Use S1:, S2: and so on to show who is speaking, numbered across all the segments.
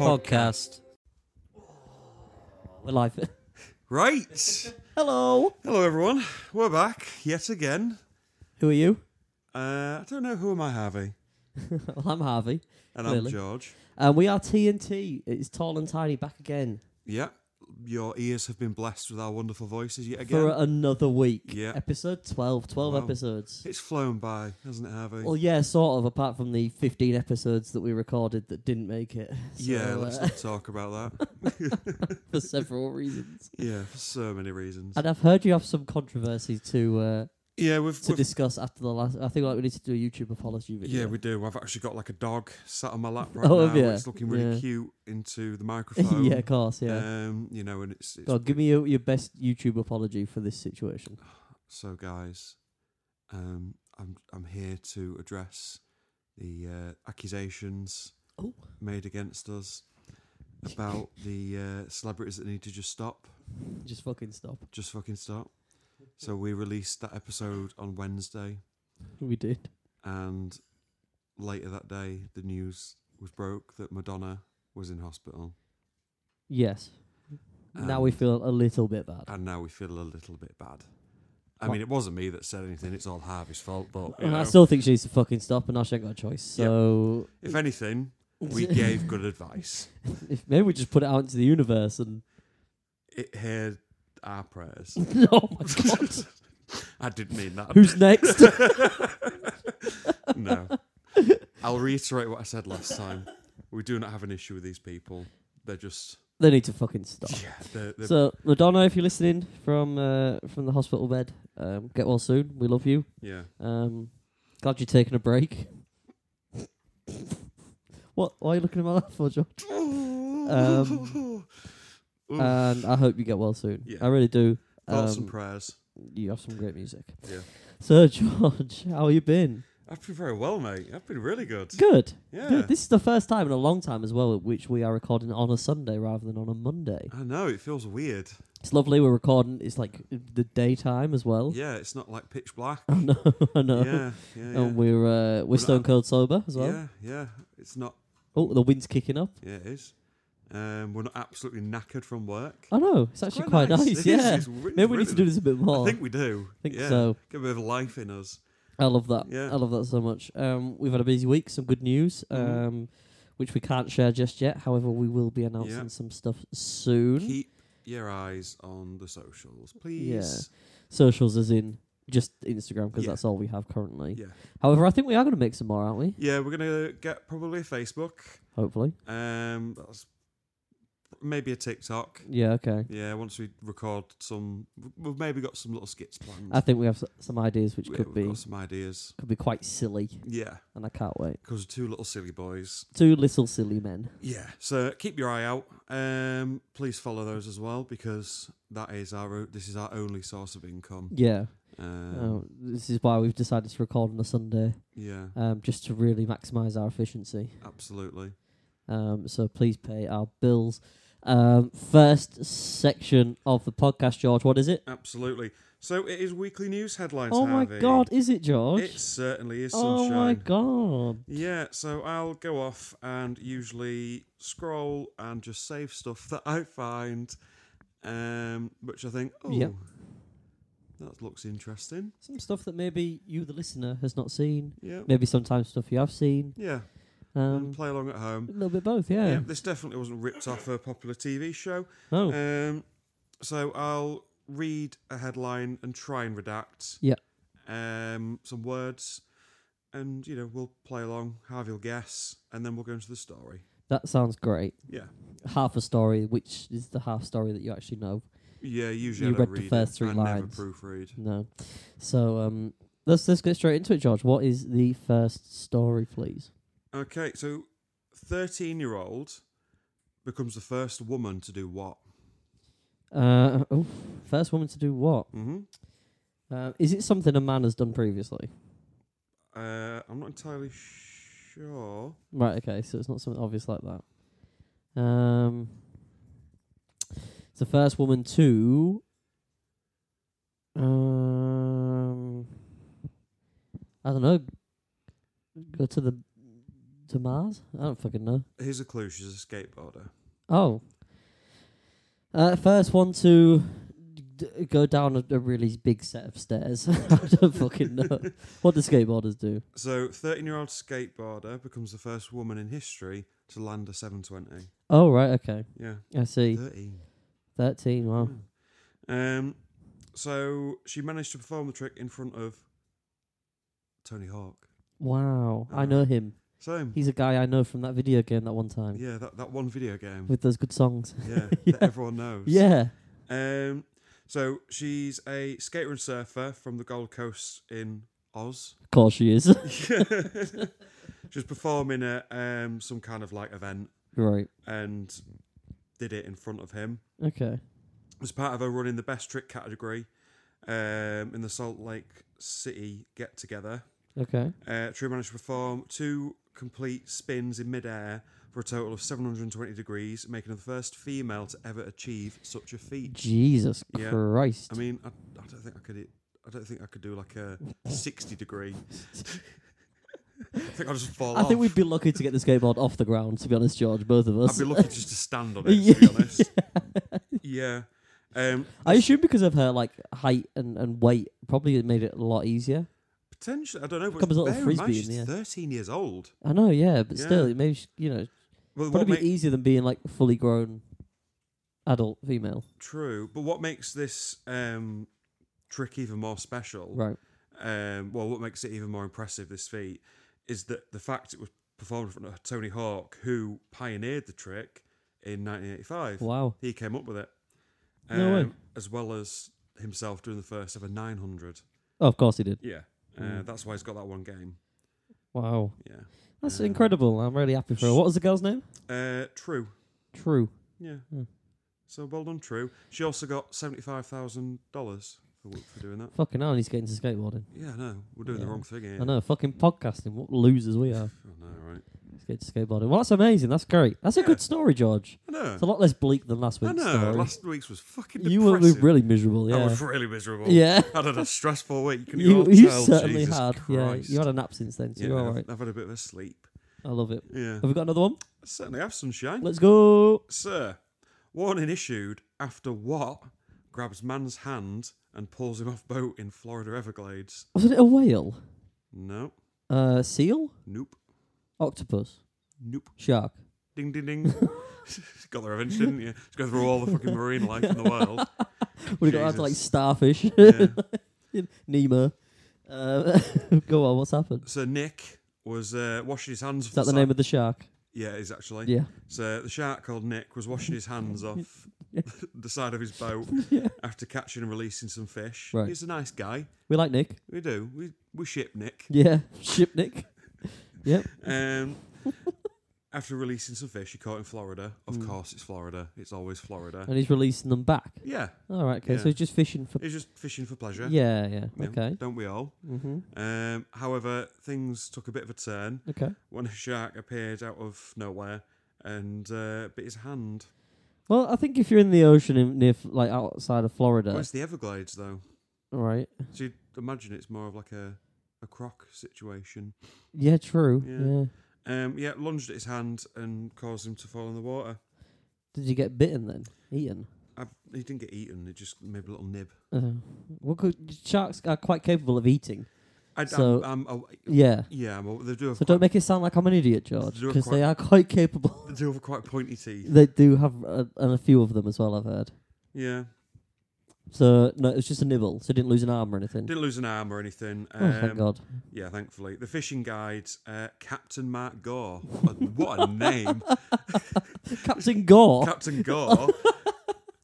S1: podcast. We're live.
S2: Right.
S1: Hello.
S2: Hello, everyone. We're back yet again.
S1: Who are you?
S2: Uh, I don't know who am I, Harvey,
S1: Well, I'm Harvey.
S2: and
S1: Clearly.
S2: I'm George.
S1: And we are TNT. It's tall and tiny back again,
S2: Yeah, your ears have been blessed with our wonderful voices yet again.
S1: for another week.
S2: Yeah.
S1: Episode 12. 12
S2: Wow.
S1: episodes.
S2: it's flown by, hasn't it, Harvey?
S1: Well, yeah, sort of, apart from the 15 episodes that we recorded that didn't make it. So,
S2: yeah,
S1: uh,
S2: let's not talk about that.
S1: for several reasons.
S2: Yeah, for so many reasons.
S1: And I've heard you have some controversy to uh,
S2: Yeah, we've,
S1: to
S2: we've
S1: discuss after the last. I think like we need to do a YouTube apology video.
S2: yeah we do. I've actually got like a dog sat on my lap right
S1: Oh,
S2: now.
S1: have ya?
S2: It's looking really
S1: Yeah.
S2: cute into the microphone.
S1: yeah, of course. Yeah.
S2: Um, you know, and it's, it's
S1: God, give me your, your best YouTube apology for this situation.
S2: So, guys, um, I'm I'm here to address the uh, accusations
S1: Oh.
S2: made against us about the uh, celebrities that need to just stop,
S1: Just fucking stop.
S2: just fucking stop. So we released that episode on Wednesday,
S1: We did.
S2: and later that day, the news was broke that Madonna was in hospital,
S1: Yes. now we
S2: And-
S1: feel a little bit bad.
S2: and now we feel a little bit bad. I
S1: Well-
S2: mean, it wasn't me that said anything; it's all Harvey's fault. But you
S1: and I
S2: know,
S1: still think she needs to fucking stop, and now she ain't got a choice.
S2: Yep.
S1: So
S2: if anything, we gave good advice.
S1: if maybe we just put it out into the universe and.
S2: It heard our prayers.
S1: oh my god!
S2: I didn't mean that.
S1: Who's next?
S2: No. I'll reiterate what I said last time. We do not have an issue with these people. They're just
S1: they need to fucking stop.
S2: yeah. They're, they're,
S1: So Madonna, if you're listening from uh, from the hospital bed, um, get well soon. We love you.
S2: yeah.
S1: Um, glad you're taking a break. what? Why are you looking at my laugh for, John? Um,
S2: Oof.
S1: And I hope you get well soon.
S2: Yeah.
S1: I really do.
S2: Thoughts and
S1: Um,
S2: prayers.
S1: you have some great music.
S2: Yeah.
S1: So George, how you been?
S2: I've been very well, mate. I've been really good.
S1: Good.
S2: Yeah.
S1: Good. This is the first time in a long time as well at which we are recording on a Sunday rather than on a Monday.
S2: I know it feels weird.
S1: It's lovely. We're recording. It's like the daytime as well.
S2: Yeah, it's not like pitch black.
S1: I know. I know.
S2: Yeah, yeah, yeah.
S1: And we're uh, we're
S2: But
S1: stone
S2: I-
S1: cold sober as well.
S2: yeah, yeah. It's not.
S1: Oh, the wind's kicking up.
S2: Yeah, it is. Um, we're not absolutely knackered from work.
S1: I know. It's actually quite, nice.
S2: It is,
S1: Yeah.
S2: it's re-
S1: Maybe we need to
S2: really
S1: do this a bit more.
S2: I think we do.
S1: Think
S2: yeah.
S1: so.
S2: Get a bit of life in us.
S1: I love that.
S2: Yeah.
S1: I love that so much. Um, we've had a busy week, some good news, um,
S2: Mhm.
S1: which we can't share just yet. However, we will be announcing
S2: Yeah.
S1: some stuff soon.
S2: Keep your eyes on the socials, please.
S1: Socials, as in just Instagram, because
S2: Yeah.
S1: that's all we have currently.
S2: Yeah.
S1: However, I think we are going to make some more, aren't we?
S2: Yeah, we're gonna get probably a Facebook.
S1: Hopefully.
S2: Um, that's maybe a TikTok.
S1: Yeah. Okay.
S2: Yeah, once we record some, we've maybe got some little skits planned.
S1: I think we have s- some ideas which
S2: We-
S1: could
S2: we've
S1: be
S2: got some ideas.
S1: could be quite silly,
S2: Yeah,
S1: and I can't wait.
S2: because we're two little silly boys.
S1: Two little silly men.
S2: Yeah, so keep your eye out. Um, please follow those as well because that is our this is our only source of income.
S1: Yeah.
S2: Um,
S1: oh, this is why we've decided to record on a Sunday,
S2: Yeah,
S1: um, just to really maximise our efficiency.
S2: absolutely.
S1: Um, so please pay our bills. Um, first section of the podcast, George. What is it?
S2: Absolutely. So it is weekly news headlines.
S1: oh my
S2: Harvey.
S1: God! Is it George?
S2: It certainly is
S1: oh
S2: sunshine.
S1: my God!
S2: Yeah, so I'll go off and usually scroll and just save stuff that I find, um, which I think, oh,
S1: Yeah.
S2: that looks interesting.
S1: Some stuff that maybe you, the listener, has not seen.
S2: Yeah,
S1: Maybe sometimes stuff you have seen.
S2: yeah, and
S1: Um,
S2: play along at home.
S1: a little bit both, yeah.
S2: Yeah, this definitely wasn't ripped off a popular TV show.
S1: oh,
S2: Um, so I'll read a headline and try and redact.
S1: Yeah.
S2: Um, some words, and you know we'll play along. Harvey will guess, and then we'll go into the story.
S1: that sounds great.
S2: Yeah.
S1: Half a story, which is the half story that you actually know.
S2: Yeah. Usually
S1: You
S2: I don't
S1: read the
S2: read
S1: first
S2: it.
S1: three
S2: I
S1: lines.
S2: never proofread.
S1: No, so um, let's let's get straight into it, George. What is the first story, please?
S2: Okay, so thirteen-year-old becomes the first woman to do what?
S1: Uh, oof, first woman to do what?
S2: Mm-hmm.
S1: Uh, is it something a man has done previously?
S2: Uh, I'm not entirely sure.
S1: Right. Okay. So it's not something obvious like that. Um, it's the first woman to. Um, I don't know. Go to the to Mars. I don't fucking know.
S2: Here's a clue: she's a skateboarder.
S1: Oh. Uh, first one to d- go down a, a really big set of stairs. I don't fucking know. What do skateboarders do?
S2: So, 13 year old skateboarder becomes the first woman in history to land a 720.
S1: Oh, right, okay.
S2: Yeah.
S1: I see.
S2: 13.
S1: 13,
S2: Hmm.
S1: wow.
S2: Yeah. Um, so, she managed to perform the trick in front of Tony Hawk.
S1: Wow. I
S2: Uh,
S1: know him.
S2: So,
S1: He's a guy I know from that video game that one time
S2: yeah, that, that one video game.
S1: with those good songs.
S2: yeah,
S1: Yeah.
S2: that everyone knows.
S1: yeah.
S2: Um, so she's a skater and surfer from the Gold Coast in Oz.
S1: Of course she is.
S2: she's performing at um, some kind of like event
S1: right.
S2: and did it in front of him.
S1: Okay.
S2: As part of her running the best trick category um, in the Salt Lake City get together,
S1: Okay.
S2: uh, True managed to perform two complete spins in midair for a total of 720 degrees, making her the first female to ever achieve such a feat.
S1: Jesus
S2: Yeah.
S1: Christ.
S2: I mean, I, I don't think I could. I don't think I could do like a sixty degree. I think I'll just fall
S1: I
S2: off.
S1: think we'd be lucky to get the skateboard off the ground, to be honest, George, both of
S2: I'd
S1: us.
S2: be lucky just to stand on it. To be honest. Yeah. Um,
S1: I assume because of her like height and, and weight, probably it made it a lot easier.
S2: potentially, I don't know. But
S1: Becomes a little
S2: bear in mind,
S1: frisbee in
S2: she's
S1: the air.
S2: thirteen years old.
S1: I know, yeah, but still,
S2: Yeah.
S1: it maybe you know
S2: Well, what
S1: probably
S2: makes
S1: be e- easier than being like fully grown adult female,
S2: true? But what makes this um, trick even more special?
S1: right?
S2: Um, well, what makes it even more impressive this feat is that the fact it was performed in front of Tony Hawk, who pioneered the trick in 1985.
S1: Wow,
S2: He came up with it. um,
S1: No way.
S2: As well as himself doing the first ever 900.
S1: oh, of course he did.
S2: Yeah. Uh,
S1: Mm.
S2: That's why he's got that one game.
S1: Wow,
S2: Yeah.
S1: that's
S2: Yeah.
S1: incredible. I'm really happy for her. What was the girl's name?
S2: Uh, true.
S1: True.
S2: Yeah.
S1: Hmm.
S2: So well done, True. She also got $75,000 for, for doing that.
S1: Fucking hell, he's getting to skateboarding.
S2: Yeah, I know. We're doing
S1: Yeah.
S2: the wrong thing here.
S1: I know, fucking podcasting. What losers we are.
S2: I know, right?
S1: He's getting to skateboarding. Well, that's amazing. That's great. That's a
S2: Yeah.
S1: good story, George.
S2: I know.
S1: It's a lot less bleak than last
S2: I
S1: week's
S2: know.
S1: story.
S2: Last week's was fucking
S1: you were
S2: depressing.
S1: really miserable.
S2: I
S1: Yeah.
S2: was really miserable.
S1: Yeah.
S2: I had a stressful week. Can you,
S1: You,
S2: all
S1: you
S2: tell?
S1: certainly
S2: Jesus
S1: had.
S2: Christ.
S1: Yeah, you had a nap since then, so
S2: Yeah,
S1: you're all
S2: I've-
S1: right.
S2: I've had a bit of a sleep.
S1: I love it.
S2: Yeah.
S1: Have we got another one?
S2: Certainly have sunshine.
S1: Let's go.
S2: Sir, warning issued after what grabs man's hand and pulls him off boat in Florida Everglades.
S1: Wasn't it a whale?
S2: No,
S1: Uh, seal?
S2: nope,
S1: Octopus?
S2: nope.
S1: Shark?
S2: Ding, ding, ding. Got the revenge, didn't you? Just go through all the fucking marine life in the world.
S1: Would have got to like
S2: Jesus.
S1: starfish?
S2: Yeah.
S1: Nemo? Uh, go on, what's happened?
S2: So Nick was uh, washing his hands.
S1: Is that the name of the shark?
S2: Yeah, it is actually.
S1: Yeah.
S2: So the shark called Nick was washing his hands off the side of his boat after catching and releasing some fish.
S1: Right.
S2: He's a nice guy.
S1: We like Nick.
S2: We do. We we ship Nick.
S1: Yeah. Ship Nick. yep.
S2: Um, after releasing some fish he caught in Florida. Of
S1: Hmm.
S2: course, it's Florida. It's always Florida.
S1: And he's releasing them back.
S2: Yeah,
S1: All right, okay.
S2: Yeah.
S1: So he's just fishing for.
S2: he's just fishing for pleasure.
S1: Yeah, yeah.
S2: Yeah,
S1: Okay.
S2: Don't we all?
S1: hmm
S2: Um, however, things took a bit of a turn
S1: Okay.
S2: when a shark appeared out of nowhere and uh, bit his hand.
S1: Well, I think if you're in the ocean in, near, F- like outside of Florida,
S2: Where's the Everglades, though?
S1: right?
S2: So you'd imagine it's more of like a, a croc situation.
S1: Yeah, true.
S2: Yeah.
S1: yeah.
S2: Um, yeah, lunged at his hand and caused him to fall in the water.
S1: Did you get bitten then? Eaten?
S2: I, he didn't get eaten. It just maybe a little nib.
S1: Uh, what could, sharks are quite capable of eating.
S2: I,
S1: So-
S2: I'm, I'm, aw-
S1: Yeah.
S2: yeah, I'm, aw- they do have
S1: So
S2: quite,
S1: don't make it sound like I'm an idiot, George,
S2: They're
S1: because they are quite capable.
S2: they do have quite pointy teeth.
S1: they do have a, and a few of them as well. I've heard.
S2: Yeah,
S1: So no, it was just a nibble. So didn't lose an arm or anything.
S2: didn't lose an arm or anything. Um,
S1: oh, thank God.
S2: Yeah, thankfully. The fishing guide, uh, Captain Mark Gore. What a- what a name,
S1: Captain Gore.
S2: Captain Gore.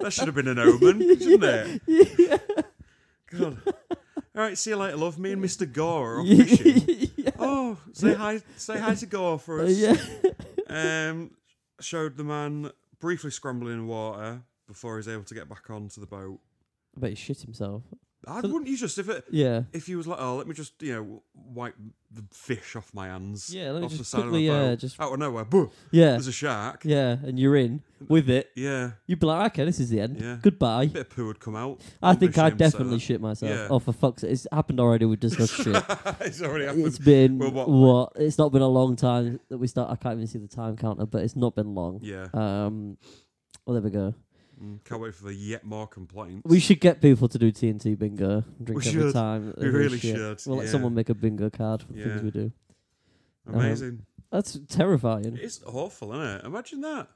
S2: that should have been an omen, shouldn't it?
S1: Yeah.
S2: God. All right, see you later, love. Me and Mister Gore are off fishing. Oh, say hi, say hi to Gore for us.
S1: yeah.
S2: Um, showed the man briefly scrambling in water before he's able to get back onto the boat.
S1: I bet he shit himself.
S2: I
S1: So-
S2: wouldn't you just if it
S1: Yeah.
S2: if you was like, oh, let me just you know wipe the fish off my hands.
S1: Yeah, let me
S2: off the
S1: just
S2: side
S1: quickly,
S2: of my
S1: uh,
S2: boat.
S1: just-
S2: out of nowhere, boom,
S1: Yeah.
S2: there's a shark.
S1: Yeah. And you're in with it.
S2: Yeah,
S1: You'd be like, okay, this is the end.
S2: Yeah.
S1: Goodbye.
S2: bit of poo would come out.
S1: I
S2: Wouldn't be
S1: think I
S2: ashamed to say
S1: definitely shit myself.
S2: Yeah.
S1: Oh, for fuck's sake. It's happened already with discussed shit.
S2: that. it's already happened.
S1: It's been,
S2: Well,
S1: what,
S2: what-
S1: It's not been a long time that we start. I can't even see the time counter, but it's not been long.
S2: yeah,
S1: Um, well, there we go.
S2: Mm, can't wait for the yet more complaints.
S1: We should get people to do TNT bingo and drink
S2: We
S1: every
S2: should.
S1: time. that they
S2: We
S1: do
S2: really
S1: shit.
S2: should,
S1: We'll let
S2: yeah.
S1: someone make a bingo card for
S2: Yeah.
S1: things we do.
S2: Amazing.
S1: That's terrifying.
S2: it's awful, isn't it? Imagine that.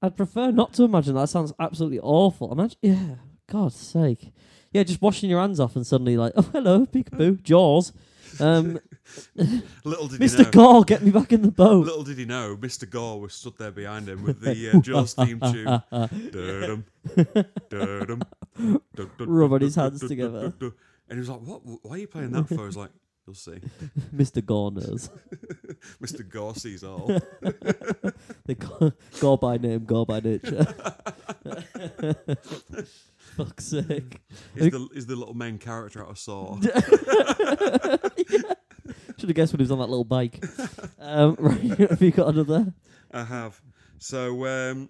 S1: I'd prefer not to imagine that. Sounds absolutely awful. Imagine, yeah, God's sake, yeah, just washing your hands off and suddenly like, oh hello, peekaboo, jaws, um,
S2: Little did you
S1: Mister
S2: know.
S1: Gore, get me back in the boat.
S2: Little did he know, Mr. Gore was stood there behind him with the uh, Jaws theme tune. Durdum, durdum, dun, dun, dun,
S1: Rubbing
S2: dun,
S1: his
S2: dun,
S1: hands
S2: dun, dun,
S1: together.
S2: dun, dun. And he was like, "What? Why are you playing that for?" I was like, "You'll see."
S1: Mister Gore knows.
S2: Mr. Gore sees all.
S1: They go, go by name, go by nature. Fuck's sake.
S2: He's the, he's the little main character out of Saw.
S1: Should have guessed when he was on that little bike. Um, right, have you got another?
S2: I have. So, um,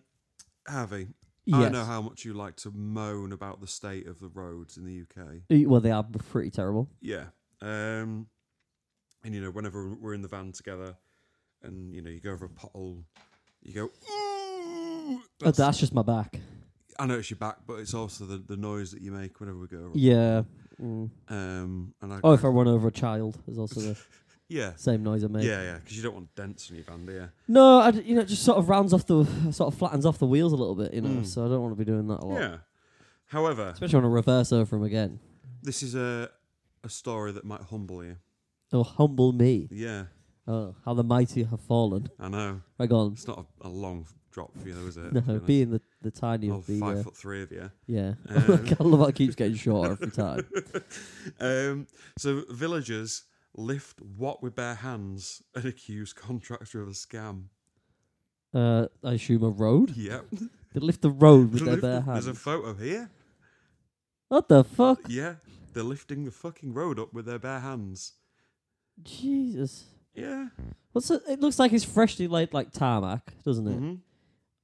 S2: Harvey, I
S1: Yes.
S2: know how much you like to moan about the state of the roads in the UK.
S1: E- Well, they are pretty terrible.
S2: Yeah. Um, and you know, whenever we're in the van together, and you know, you go over a pothole, you go. Ooh!
S1: That's, Oh, that's just my back.
S2: I know it's your back, but it's also the, the noise that you make whenever we go. Over.
S1: Yeah. Mm.
S2: Um, and I,
S1: Oh, if I run over a child, there's also the
S2: yeah,
S1: same noise I make.
S2: yeah, yeah, because you don't want dents in your van, do you?
S1: No, I d you know, it just sort of rounds off the, sort of flattens off the wheels a little bit, you know,
S2: Mm.
S1: so I don't want to be doing that a lot.
S2: Yeah. However,
S1: Especially on a reverse over them again.
S2: this is a a story that might humble you.
S1: Oh, humble me.
S2: Yeah,
S1: Oh, how the mighty have fallen.
S2: I know.
S1: Right, go on.
S2: It's not a, a long drop for you, though, is it?
S1: No,
S2: To be honest.
S1: being the, the tiny
S2: All
S1: of the.
S2: Oh, five
S1: Uh,
S2: foot three of you.
S1: yeah.
S2: Um,
S1: I love how it keeps getting shorter every time.
S2: Um, so villagers lift what with bare hands and accuse contractor of a scam.
S1: Uh, I assume a road?
S2: Yep.
S1: They lift the road with their
S2: Lift-
S1: bare hands.
S2: There's a photo here.
S1: what the fuck?
S2: Yeah. They're lifting the fucking road up with their bare hands.
S1: Jesus.
S2: Yeah.
S1: What's it? It looks like it's freshly laid like tarmac, doesn't it?
S2: Mm-hmm.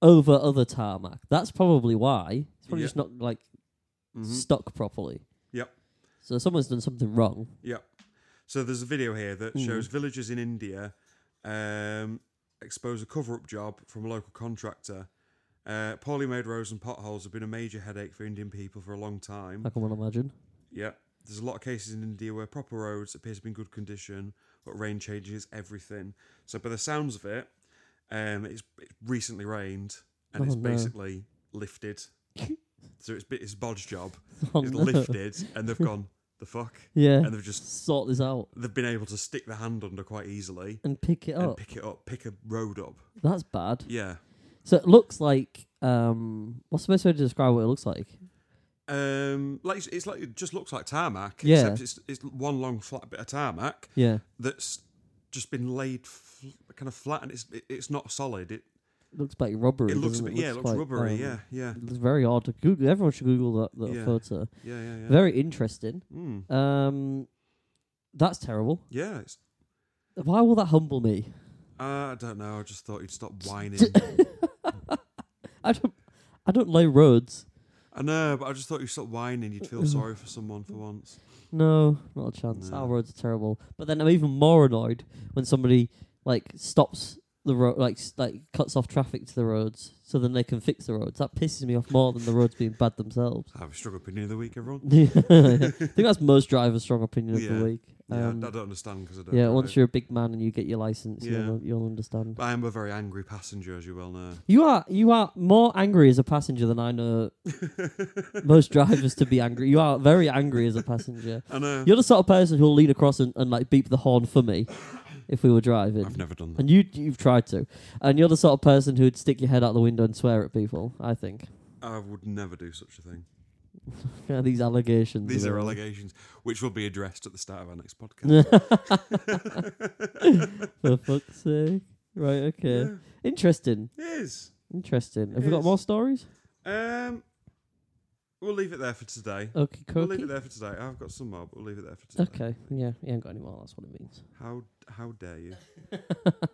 S1: Over other tarmac. That's probably why. It's probably
S2: Yeah.
S1: just not like
S2: hmm
S1: stuck properly.
S2: Yep.
S1: So someone's done something wrong.
S2: Yep. So there's a video here that
S1: Mm.
S2: shows villagers in India um, expose a cover-up job from a local contractor. Uh, poorly made roads and potholes have been a major headache for Indian people for a long time.
S1: I can well imagine.
S2: Yeah. There's a lot of cases in India where proper roads appear to be in good condition, but rain changes everything. So by the sounds of it, um, it's it recently rained and it's
S1: Oh, no.
S2: basically lifted. so it's bit- it's Bod's job.
S1: Oh,
S2: it's
S1: no.
S2: lifted and they've gone the fuck,
S1: Yeah.
S2: and they've just
S1: Sort this out
S2: they've been able to stick their hand under quite easily
S1: and pick it
S2: and
S1: up.
S2: pick it up, pick a road up.
S1: That's bad.
S2: Yeah.
S1: So it looks like um, what's the best way to describe what it looks like?
S2: Um, like it's- it's like it just looks like tarmac,
S1: Yeah.
S2: except it's it's one long flat bit of tarmac,
S1: Yeah,
S2: that's just been laid fl- kind of flat and it's it, it's not solid. It
S1: it looks like rubbery.
S2: it looks a
S1: doesn't
S2: bit yeah, it looks
S1: like,
S2: rubbery.
S1: um,
S2: yeah, yeah,
S1: it looks very odd. Google. Everyone should Google that little
S2: Yeah.
S1: photo.
S2: yeah, yeah, yeah.
S1: Very interesting.
S2: Mm.
S1: Um, that's terrible.
S2: Yeah, it's,
S1: Why will that humble me?
S2: I don't know. I just thought you'd stop whining.
S1: I don't. I don't lay roads.
S2: I know, but I just thought you'd stop whining. You'd feel sorry for someone for once.
S1: No, not a chance. Our
S2: No.
S1: roads are terrible. But then I'm even more annoyed when somebody like stops the road, like s- like cuts off traffic to the roads, so then they can fix the roads. That pisses me off more than the roads being bad themselves.
S2: I have a strong opinion of the week, everyone.
S1: Yeah. I think that's most drivers' strong opinion of
S2: Yeah.
S1: the week.
S2: Yeah, I-
S1: Um,
S2: I don't understand because I don't.
S1: yeah,
S2: drive.
S1: once you're a big man and you get your license,
S2: Yeah.
S1: you'll, you'll understand.
S2: But I am a very angry passenger, as you well know.
S1: You are you are more angry as a passenger than I know most drivers to be angry. You are very angry as a passenger.
S2: I know.
S1: You're the sort of person who'll lean across and, and like beep the horn for me if we were driving.
S2: I've never done that.
S1: And you you've tried to. And you're the sort of person who'd stick your head out the window and swear at people, I think.
S2: I would never do such a thing.
S1: Yeah, these allegations.
S2: These are
S1: all-
S2: allegations, which will be addressed at the start of our next podcast.
S1: For fuck's sake. Right, okay.
S2: Yeah.
S1: Interesting.
S2: It is.
S1: Interesting. Have we got
S2: Yes.
S1: more stories?
S2: Um, We'll leave it there for today.
S1: Okay,
S2: We'll leave it there for today. I've got some more, but we'll leave it there for today.
S1: Okay, yeah, you ain't got any more. That's what it means.
S2: How how dare you?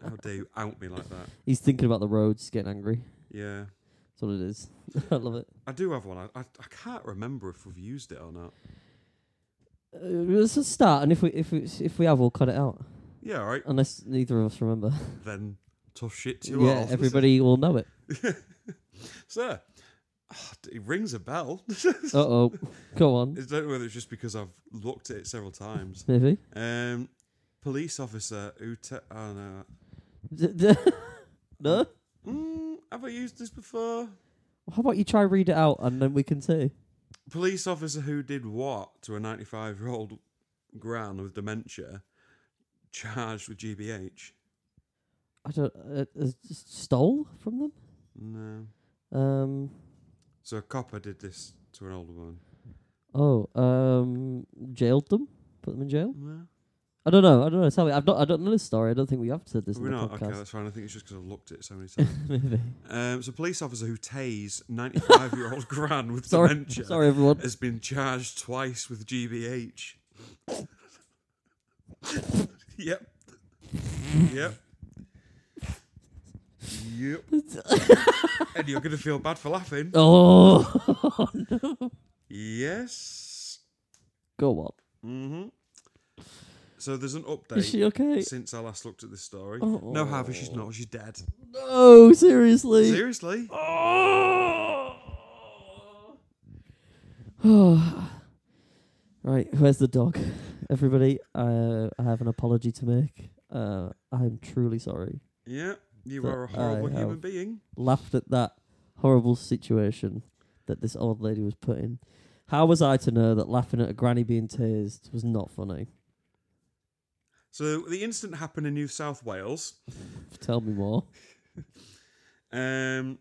S2: how dare you out me like that?
S1: He's thinking about the roads, getting angry.
S2: Yeah.
S1: That's what it is. I love it.
S2: I do have one. I, I, I can't remember if we've used it or not.
S1: Uh, let's just start, and if we if we if we have, we'll cut it out.
S2: Yeah, all right.
S1: Unless neither of us remember.
S2: Then tough shit to
S1: yeah,
S2: all.
S1: everybody will know it.
S2: Sir, ah, d- it rings a bell.
S1: Uh oh, go on.
S2: I don't know whether it's just because I've looked at it several times.
S1: Maybe.
S2: Um, police officer who. Te- oh, no.
S1: D- d- no.
S2: Mm, have I used this before?
S1: How about you try read it out, and then we can see.
S2: police officer who did what to a 95 year old gran with dementia charged with GBH?
S1: I don't. Uh, uh, s- stole from them.
S2: No.
S1: Um.
S2: So a copper did this to an older woman.
S1: Oh. Um. Jailed them. Put them in jail.
S2: No.
S1: I don't know. I don't know. Tell me. I've not. I don't know this story. I don't think we have said this
S2: We're
S1: in the
S2: not. Okay,
S1: podcast.
S2: that's fine. I think it's just because I've looked at it so many times.
S1: Maybe.
S2: um, so a police officer who tased 95 year old gran with
S1: Sorry.
S2: dementia
S1: Sorry, everyone.
S2: has been charged twice with GBH. yep. Yep. Yep. and you're going to feel bad for laughing.
S1: Oh.
S2: Yes.
S1: go on.
S2: Mm-hmm. So there's an
S1: Is
S2: update
S1: she okay?
S2: since I last looked at this story.
S1: Oh.
S2: No, Harvey, she's not. She's dead.
S1: No. Seriously.
S2: Seriously?
S1: right, where's the dog? Everybody, uh, I have an apology to make. Uh, I'm truly sorry.
S2: Yeah. You
S1: But
S2: are a horrible
S1: I
S2: human
S1: have-
S2: being.
S1: Laughed at that horrible situation that this old lady was put in. How was I to know that laughing at a granny being tased was not funny?
S2: So the incident happened in New South Wales.
S1: Tell me more.
S2: Um,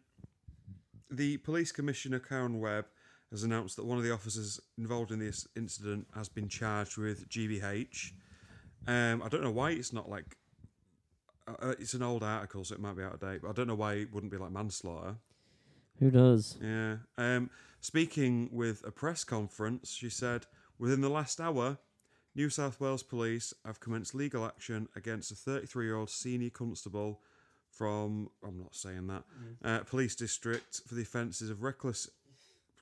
S2: the police commissioner, Karen Webb, has announced that one of the officers involved in this incident has been charged with GBH. Um, I don't know why it's not like. Uh, uh, it's an old article, so it might be out of date, but I don't know why it wouldn't be like manslaughter.
S1: Who knows?
S2: Yeah. Um, speaking with a press conference, she said, within the last hour, New South Wales Police have commenced legal action against a 33 year old senior constable from, I'm not saying that,
S1: Mm.
S2: uh, police district for the offences of reckless,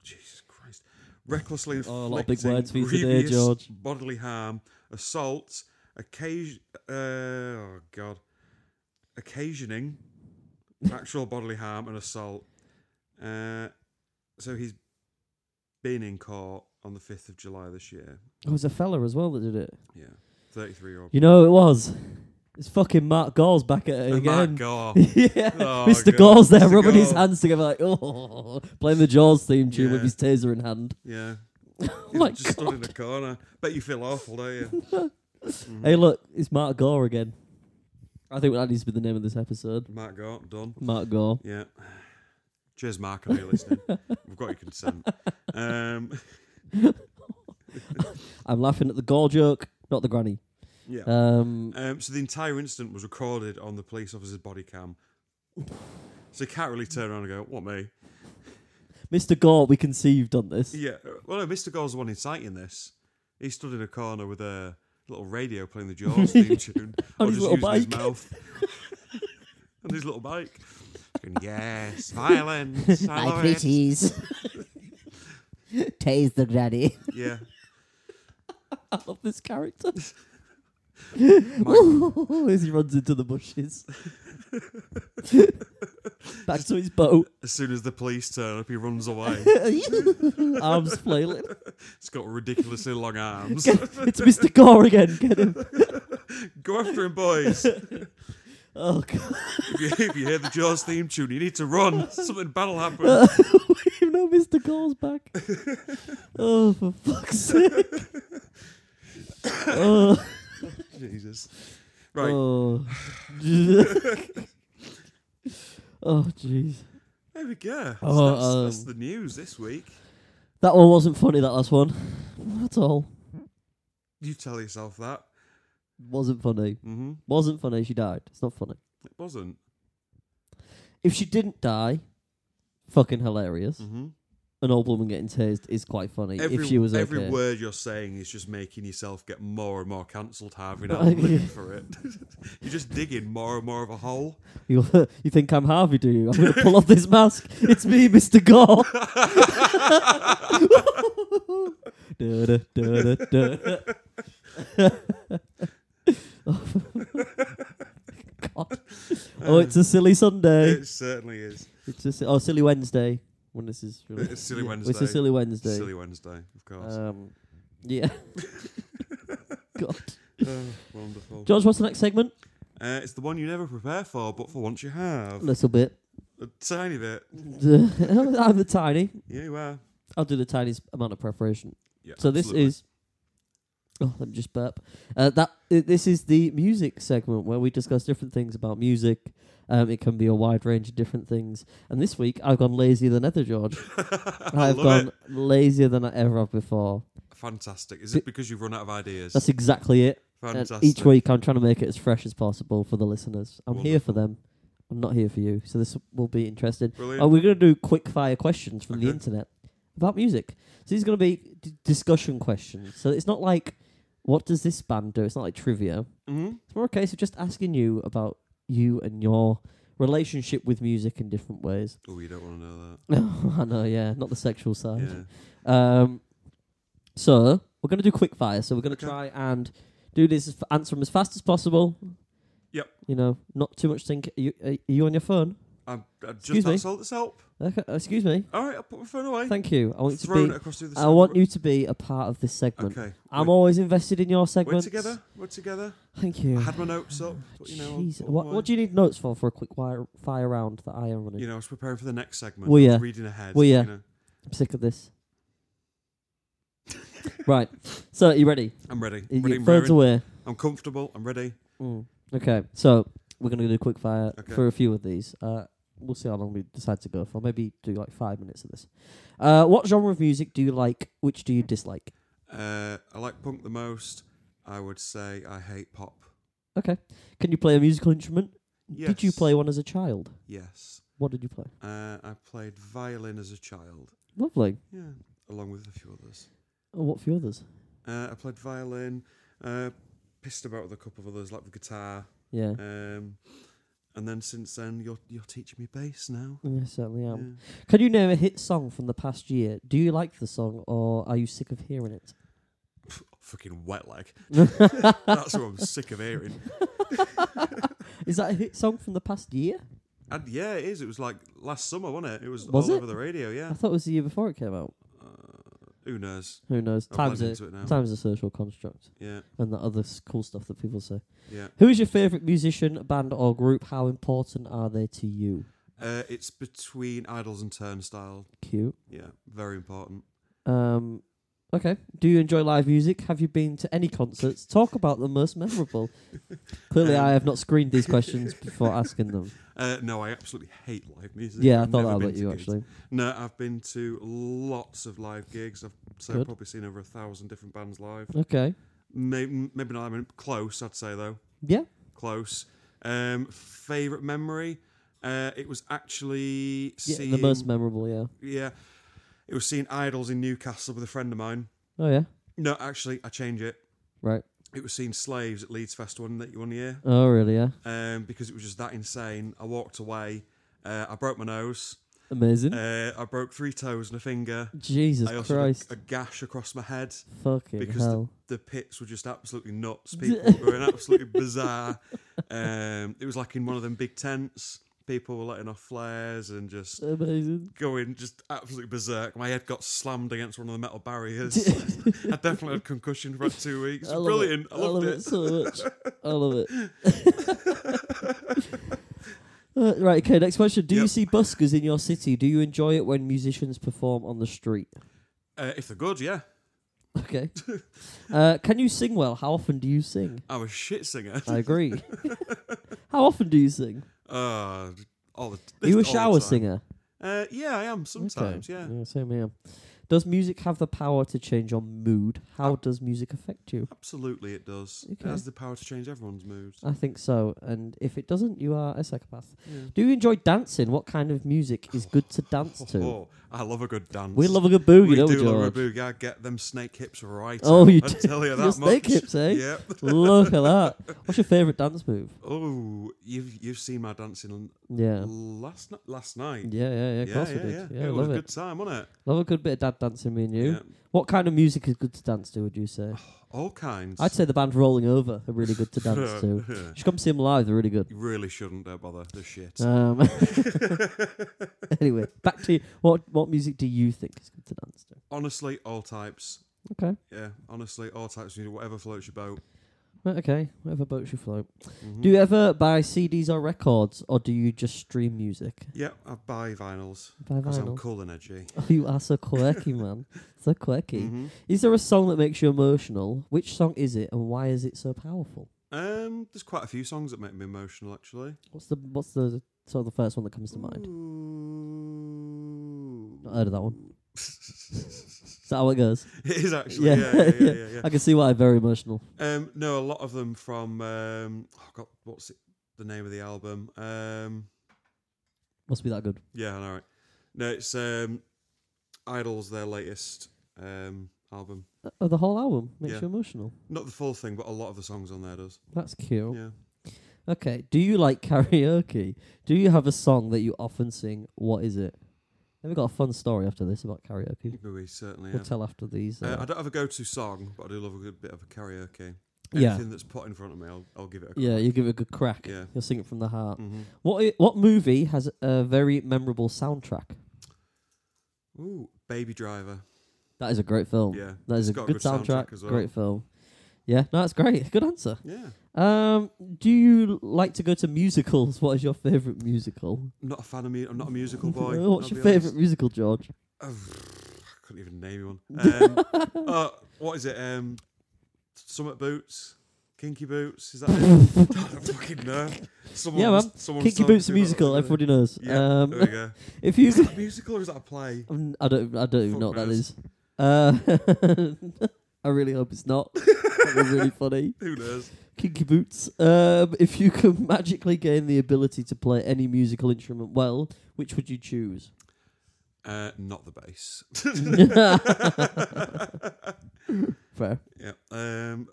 S2: Jesus Christ, recklessly
S1: Oh, a lot
S2: inflicting
S1: of big words for you today,
S2: grievous
S1: George.
S2: bodily harm, assault, occasion, uh, oh God, occasioning actual bodily harm and assault. Uh, so he's been in court on the 5th of July this year.
S1: It was a fella as well that did it.
S2: Yeah. 33 year old.
S1: You know who it was. It's fucking Mark Gall's back at it
S2: Oh, my
S1: again.
S2: God.
S1: yeah,
S2: Oh,
S1: Mr.
S2: God.
S1: Gall's there
S2: Mr.
S1: rubbing his
S2: Gall.
S1: hands together like, oh, playing the Jaws theme tune with
S2: Yeah.
S1: his taser in hand.
S2: Yeah.
S1: Oh
S2: He's
S1: my
S2: just stood in
S1: God.
S2: the corner. Bet you feel awful, don't you? Mm.
S1: Hey, look, it's Mark Gore again. I think that needs to be the name of this episode.
S2: Mark Gort, done.
S1: Mark Gore.
S2: Yeah. Cheers, Mark. I know you're listening. We've got your consent. Um,
S1: I'm laughing at the Gore joke, not the granny.
S2: yeah.
S1: Um,
S2: Um, so the entire incident was recorded on the police officer's body cam. So you can't really turn around and go, what, me?
S1: Mr. Gore, we can see you've done this.
S2: Yeah. Well, no, Mr. Gore's the one inciting this. He stood in a corner with a little radio playing the Jaws theme tune.
S1: On
S2: or
S1: his
S2: just
S1: little
S2: using his
S1: bike.
S2: mouth. On his little bike. Going, yes, violence. I love it."
S3: pretties. Tase the granny.
S2: Yeah.
S1: I love this character.
S2: My,
S1: As he runs into the bushes. Back to his boat,
S2: as soon as the police turn up, he runs away.
S1: arms flailing.
S2: It's got ridiculously long arms.
S1: It's Mr. Gore again. Get him.
S2: Go after him, boys.
S1: Oh, God.
S2: If you, if you hear the Jaws theme tune, you need to run. Something bad will happen.
S1: you know, Mr. Gore's back. oh, for fuck's sake. oh.
S2: Jesus. Right.
S1: Oh. oh, jeez.
S2: There we go. So
S1: Oh,
S2: that's, that's
S1: um,
S2: the news this week.
S1: That one wasn't funny, that last one. At all.
S2: You tell yourself that.
S1: Wasn't funny.
S2: Mm-hmm.
S1: Wasn't funny. She died. It's not funny.
S2: It wasn't.
S1: If she didn't die, fucking hilarious.
S2: Mm-hmm.
S1: an old woman getting tased is quite funny
S2: Every,
S1: if she was
S2: every
S1: okay.
S2: word you're saying is just making yourself get more and more cancelled, Harvey. Now I'm looking for it. you're just digging more and more of a hole.
S1: You, you think I'm Harvey, do you? I'm going to pull off this mask. It's me, Mr. Gore. Da, da, da, da, da. God. Oh, it's a silly Sunday.
S2: It certainly is.
S1: It's a si- oh, silly Wednesday. When this is released.
S2: It's Silly
S1: Yeah,
S2: Wednesday.
S1: It's a silly Wednesday.
S2: Silly Wednesday, of course.
S1: um, yeah. God.
S2: oh, wonderful.
S1: George, what's the next segment?
S2: Uh, it's the one you never prepare for, but for once you have.
S1: A little bit.
S2: A tiny bit.
S1: I'm the tiny.
S2: Yeah, you are.
S1: I'll do the tiniest amount of preparation.
S2: Yeah,
S1: So this
S2: absolutely.
S1: is. Oh, let me just burp. Uh, that i- this is the music segment where we discuss different things about music. Um, it can be a wide range of different things. And this week I've gone lazier than ever, George.
S2: I
S1: I've
S2: love
S1: gone
S2: it.
S1: lazier than I ever have before.
S2: Fantastic. Is it because you've run out of ideas?
S1: That's exactly it. And
S2: Fantastic.
S1: each week I'm trying to make it as fresh as possible for the listeners. I'm here for them. I'm not here for you. So this will be interesting.
S2: Brilliant.
S1: Oh, we're going to do quick fire questions from the
S2: Okay.
S1: internet about music. So these are going to be d- discussion questions. So it's not like, what does this band do? It's not like trivia.
S2: hmm
S1: It's more a case of just asking you about you and your relationship with music in different ways.
S2: Oh, you don't want to know
S1: No, I know, yeah, not the sexual
S2: that.
S1: side.
S2: Yeah.
S1: Um, so we're going to do quick fire. So we're going to
S2: Okay.
S1: try and do this, as f- answer them as fast as possible.
S2: Yep.
S1: You know, not too much think. Are you, are you on your phone?
S2: I'm, I'm
S1: Excuse
S2: just
S1: me?
S2: that's all that's help.
S1: Okay, excuse me.
S2: All right, I'll put my phone away.
S1: Thank you. I want you to
S2: Thrown
S1: be.
S2: it across the other
S1: I
S2: side.
S1: want you to be a part of this segment.
S2: Okay.
S1: I'm
S2: we're,
S1: always invested in your segment.
S2: we're together. We're together.
S1: Thank
S2: I
S1: you.
S2: had my notes up. But, you know,
S1: Jeez, what, what do you need notes for for a quick wire, fire round that I am running?
S2: You know, I was preparing for the next segment.
S1: Well,
S2: I was
S1: yeah.
S2: Reading ahead.
S1: Well, yeah.
S2: You know.
S1: I'm sick of this. right. So, you ready?
S2: I'm ready.
S1: You-
S2: ready and
S1: Phones
S2: raring.
S1: away.
S2: I'm comfortable. I'm ready.
S1: Mm. Okay, so we're gonna do quick fire
S2: Okay.
S1: for a few of these. Uh, we'll see how long we decide to go for. Maybe do like five minutes of this. Uh, what genre of music do you like? Which do you dislike?
S2: Uh, I like punk the most. I would say I hate pop.
S1: Okay. Can you play a musical instrument? Did you
S2: Yes.
S1: play one as a child?
S2: Yes.
S1: What did you play?
S2: Uh, I played violin as a child.
S1: Lovely.
S2: Yeah, along with a few others.
S1: Oh, what few others?
S2: Uh, I played violin. Uh, pissed about with a couple of others, like the guitar.
S1: Yeah.
S2: Um, and then since then, you're you're teaching me bass now.
S1: Yeah, certainly am.
S2: Yeah.
S1: Can you name a hit song from the past year? Do you like the song or are you sick of hearing it?
S2: Fucking wet leg. That's what I'm sick of hearing.
S1: Is that a hit song from the past year?
S2: And yeah, it is. It was like last summer, wasn't it? It was,
S1: Was
S2: all
S1: it?
S2: over the radio.
S1: I
S2: Yeah.
S1: thought it was the year before it came out.
S2: Uh, who knows?
S1: Who knows?
S2: I'm
S1: Time's
S2: blending
S1: a,
S2: into it now.
S1: time's a social construct.
S2: Yeah,
S1: and the other s- cool stuff that people say.
S2: yeah.
S1: Who is your favorite musician, band, or group? How important are they to you?
S2: Uh, it's between idols and turnstile.
S1: Cute.
S2: Yeah, very important.
S1: Um, okay. Do you enjoy live music? Have you been to any concerts? Talk about the most memorable. Clearly,
S2: Um,
S1: I have not screened these questions before asking them.
S2: Uh, no, I absolutely hate live music.
S1: Yeah, I
S2: I've
S1: thought
S2: never
S1: that
S2: been
S1: about
S2: to
S1: you
S2: gigs.
S1: actually.
S2: No, I've been to lots of live gigs. I've so
S1: Good.
S2: I've probably seen over a thousand different bands live.
S1: Okay.
S2: Maybe, maybe not. I mean, close. I'd say though,
S1: Yeah.
S2: close. Um, favorite memory. Uh, it was actually
S1: yeah
S2: seeing.
S1: the most memorable. Yeah.
S2: yeah, it was seeing Idols in Newcastle with a friend of mine.
S1: Oh yeah.
S2: No, actually, I change it.
S1: Right.
S2: It was seeing Slaves at Leeds Fest one that one year.
S1: Oh really? Yeah.
S2: um, because it was just that insane. I walked away. Uh, I broke my nose.
S1: Amazing.
S2: Uh, I broke three toes and a finger.
S1: Mm-hmm. Jesus
S2: I also had
S1: Christ.
S2: a, a gash across my head
S1: Fucking
S2: because the,
S1: hell.
S2: the pits were just absolutely nuts. People were going absolutely bizarre. Um, it was like in one of them big tents. People were letting off flares and just
S1: Amazing.
S2: going just absolutely berserk. My head got slammed against one of the metal barriers. I definitely had concussion for about two weeks.
S1: I love
S2: Brilliant.
S1: It.
S2: I loved
S1: love
S2: it.
S1: it. so much. I love it. Uh, right, okay, next question. Do you
S2: Yep.
S1: see buskers in your city? Do you enjoy it when musicians perform on the street?
S2: Uh, if they're good, yeah.
S1: Okay. uh, can you sing well? How often do you sing?
S2: I'm a shit singer.
S1: I agree. How often do you sing?
S2: Uh, all the
S1: Are you
S2: all
S1: a
S2: the
S1: shower
S2: time.
S1: singer?
S2: Uh, yeah, I am sometimes.
S1: Okay.
S2: Yeah.
S1: yeah. Same here. Does music have the power to change your mood?
S2: Uh,
S1: How does music affect you?
S2: Absolutely, it does. It
S1: Okay.
S2: has the power to change everyone's moods.
S1: I think so. And if it doesn't, you are a psychopath.
S2: Yeah.
S1: Do you enjoy dancing? What kind of music is good to dance to?
S2: Oh, I love a good dance.
S1: We love a good boogie,
S2: we
S1: don't we,
S2: do love a
S1: George?
S2: boogie. I get them snake hips right.
S1: Oh,
S2: out,
S1: you
S2: I
S1: do.
S2: tell you
S1: Your
S2: that much.
S1: snake hips, eh?
S2: Yep.
S1: Look at that. What's your favourite dance move?
S2: Oh, you've you've seen my dancing
S1: Yeah.
S2: last night. Last night.
S1: Yeah, yeah, yeah. Of course
S2: yeah,
S1: we
S2: yeah.
S1: did. Yeah, I
S2: it was
S1: love
S2: a
S1: it.
S2: good time, wasn't it?
S1: Love a good bit of dad dancing, me and you.
S2: Yeah. Oh,
S1: What kind of music is good to dance to, would you say?
S2: All kinds.
S1: I'd say the band Rolling Over are really good to dance to. You should come see them live, they're really good.
S2: You really shouldn't. Don't bother. The shit.
S1: Um, anyway, back to you. What, what music do you think is good to dance to?
S2: honestly, all types.
S1: Okay.
S2: Yeah, honestly, all types. You do whatever floats your boat.
S1: Right, okay, whatever boats you float.
S2: Mhm.
S1: Do you ever buy CDs or records, or do you just stream music?
S2: Yeah, I buy vinyls
S1: Buy
S2: because I'm
S1: vinyl.
S2: cool and edgy.
S1: Oh, you are so quirky, man. So quirky.
S2: Mhm.
S1: Is there a song that makes you emotional? Which song is it, and why is it so powerful?
S2: Um, there's quite a few songs that make me emotional actually.
S1: What's the What's the sort of the first one that comes to mind?
S2: Ooh.
S1: Not heard of that one. Is that how it goes?
S2: It is actually. Yeah, yeah, yeah, yeah. yeah,
S1: I can see why. Very emotional.
S2: Um, no, a lot of them from. Um, oh God, what's it, the name of the album? Um,
S1: Must be that good.
S2: yeah, all right. No, it's um, Idols, their latest um album.
S1: Uh, Oh, the whole album makes
S2: Yeah.
S1: you emotional.
S2: Not the full thing, but a lot of the songs on there does.
S1: That's cute.
S2: Yeah.
S1: Okay. Do you like karaoke? Do you have a song that you often sing? What is it? Then we got a fun story after this about karaoke.
S2: We certainly
S1: We'll
S2: have.
S1: tell after these.
S2: Uh,
S1: uh,
S2: I don't have a go-to song, but I do love a good bit of a karaoke.
S1: Yeah.
S2: Anything that's put in front of me, I'll, I'll give it a
S1: yeah, you give it a good crack.
S2: Yeah.
S1: You'll sing it from the heart.
S2: hmm
S1: What i- what movie has a very memorable soundtrack?
S2: Ooh, Baby Driver.
S1: That is a great film.
S2: Yeah.
S1: that is
S2: It's
S1: a
S2: got a
S1: good,
S2: good
S1: soundtrack.
S2: soundtrack as well.
S1: Great film. Yeah, no, that's great. Good answer.
S2: Yeah.
S1: Um, do you like to go to musicals? What is your favorite musical?
S2: I'm not a fan of mu- I'm not a musical boy.
S1: What's
S2: I'll
S1: your
S2: be honest.
S1: favorite musical, George?
S2: I couldn't even name one. Um, uh, what is it? Um, Summit Boots? Kinky Boots? Is that it? I don't fucking know. Someone
S1: Yeah,
S2: was-
S1: man.
S2: someone was
S1: Kinky
S2: talking
S1: Boots
S2: to
S1: a
S2: me about
S1: musical.
S2: that.
S1: Everybody knows.
S2: Yeah, there we
S1: Um,
S2: go.
S1: if you,
S2: Is that a musical or is that a play?
S1: Um, I don't, I don't even know what that
S2: Fuck
S1: is. Uh, I really hope it's not. That'd be really funny.
S2: Who knows?
S1: Kinky Boots. Um, if you could magically gain the ability to play any musical instrument well, which would you choose?
S2: Uh, not the bass.
S1: Fair.
S2: yeah. Um,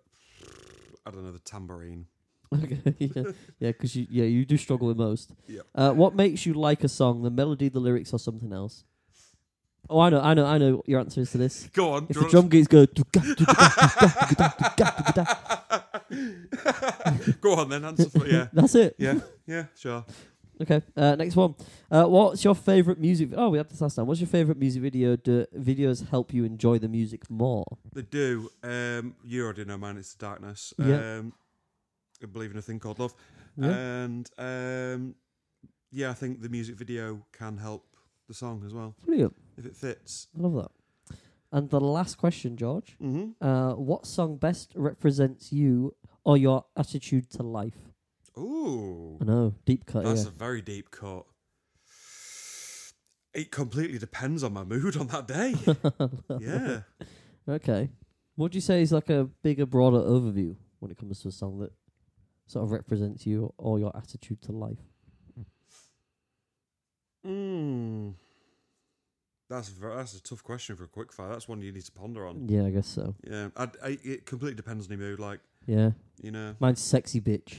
S2: I don't know the tambourine.
S1: Okay. yeah, yeah, because you, yeah, you do struggle with most.
S2: Yep.
S1: Uh, what makes you like a song? The melody, the lyrics, or something else? Oh, I know, I know, I know. What your answer is to this.
S2: Go on.
S1: If
S2: do you
S1: the
S2: want
S1: drum beats go,
S2: to- Go on then. Answer for yeah.
S1: that's it.
S2: Yeah. Yeah. Sure.
S1: Okay. Uh, next one. Uh, what's your favorite music? Oh, we had this last time. What's your favorite music video? Do videos help you enjoy the music more?
S2: They do. Um, you already know mine. It's the darkness.
S1: Yeah.
S2: Um, I believe in a thing called love, Uh,
S1: Yeah.
S2: and um, yeah, I think the music video can help the song as well
S1: Brilliant.
S2: if it fits.
S1: I love that. And the last question, George.
S2: Mm-hmm.
S1: Uh, what song best represents you or your attitude to life?
S2: Ooh,
S1: I know, deep cut.
S2: that's
S1: yeah.
S2: a very deep cut. It completely depends on my mood on that day. yeah.
S1: Okay. What do you say is like a bigger, broader overview when it comes to a song that sort of represents you or your attitude to life?
S2: Mm. That's ver- that's a tough question for a quick fire. That's one you need to ponder on.
S1: Yeah, I guess so.
S2: Yeah, I, I, it completely depends on your mood. Like
S1: Yeah.
S2: you know,
S1: Mine's sexy bitch.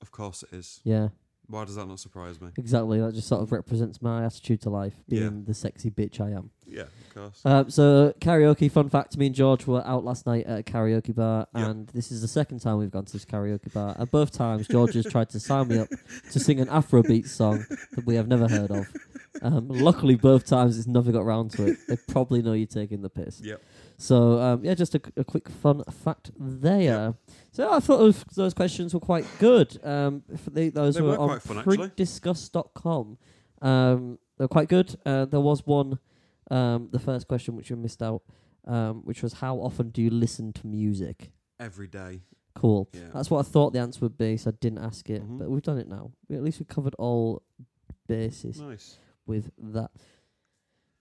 S2: of course it is.
S1: Yeah.
S2: Why does that not surprise me?
S1: Exactly. That just sort of represents my attitude to life, being
S2: Yeah.
S1: the sexy bitch I am.
S2: Yeah, of course.
S1: Um, so, karaoke, fun fact me and George were out last night at a karaoke bar,
S2: Yeah.
S1: and this is the second time we've gone to this karaoke bar. And both times, George has tried to sign me up to sing an Afrobeat song that we have never heard of. Um, luckily, both times it's never got round to it. They probably know you're taking the piss.
S2: Yep.
S1: So, um, yeah, just a, qu- a quick fun fact there. So, I thought those, those questions were quite good. Um, f- they, those
S2: They
S1: were,
S2: were
S1: on
S2: quite fun, actually.
S1: freakdiscuss.com. Um, they're quite good. Uh, there was one, um, the first question which we missed out, um, which was how often do you listen to music?
S2: Every day.
S1: Cool.
S2: Yeah.
S1: That's what I thought the answer would be, so I didn't ask it.
S2: Mhm.
S1: But we've done it now. We, at least we covered all bases
S2: nice.
S1: with that.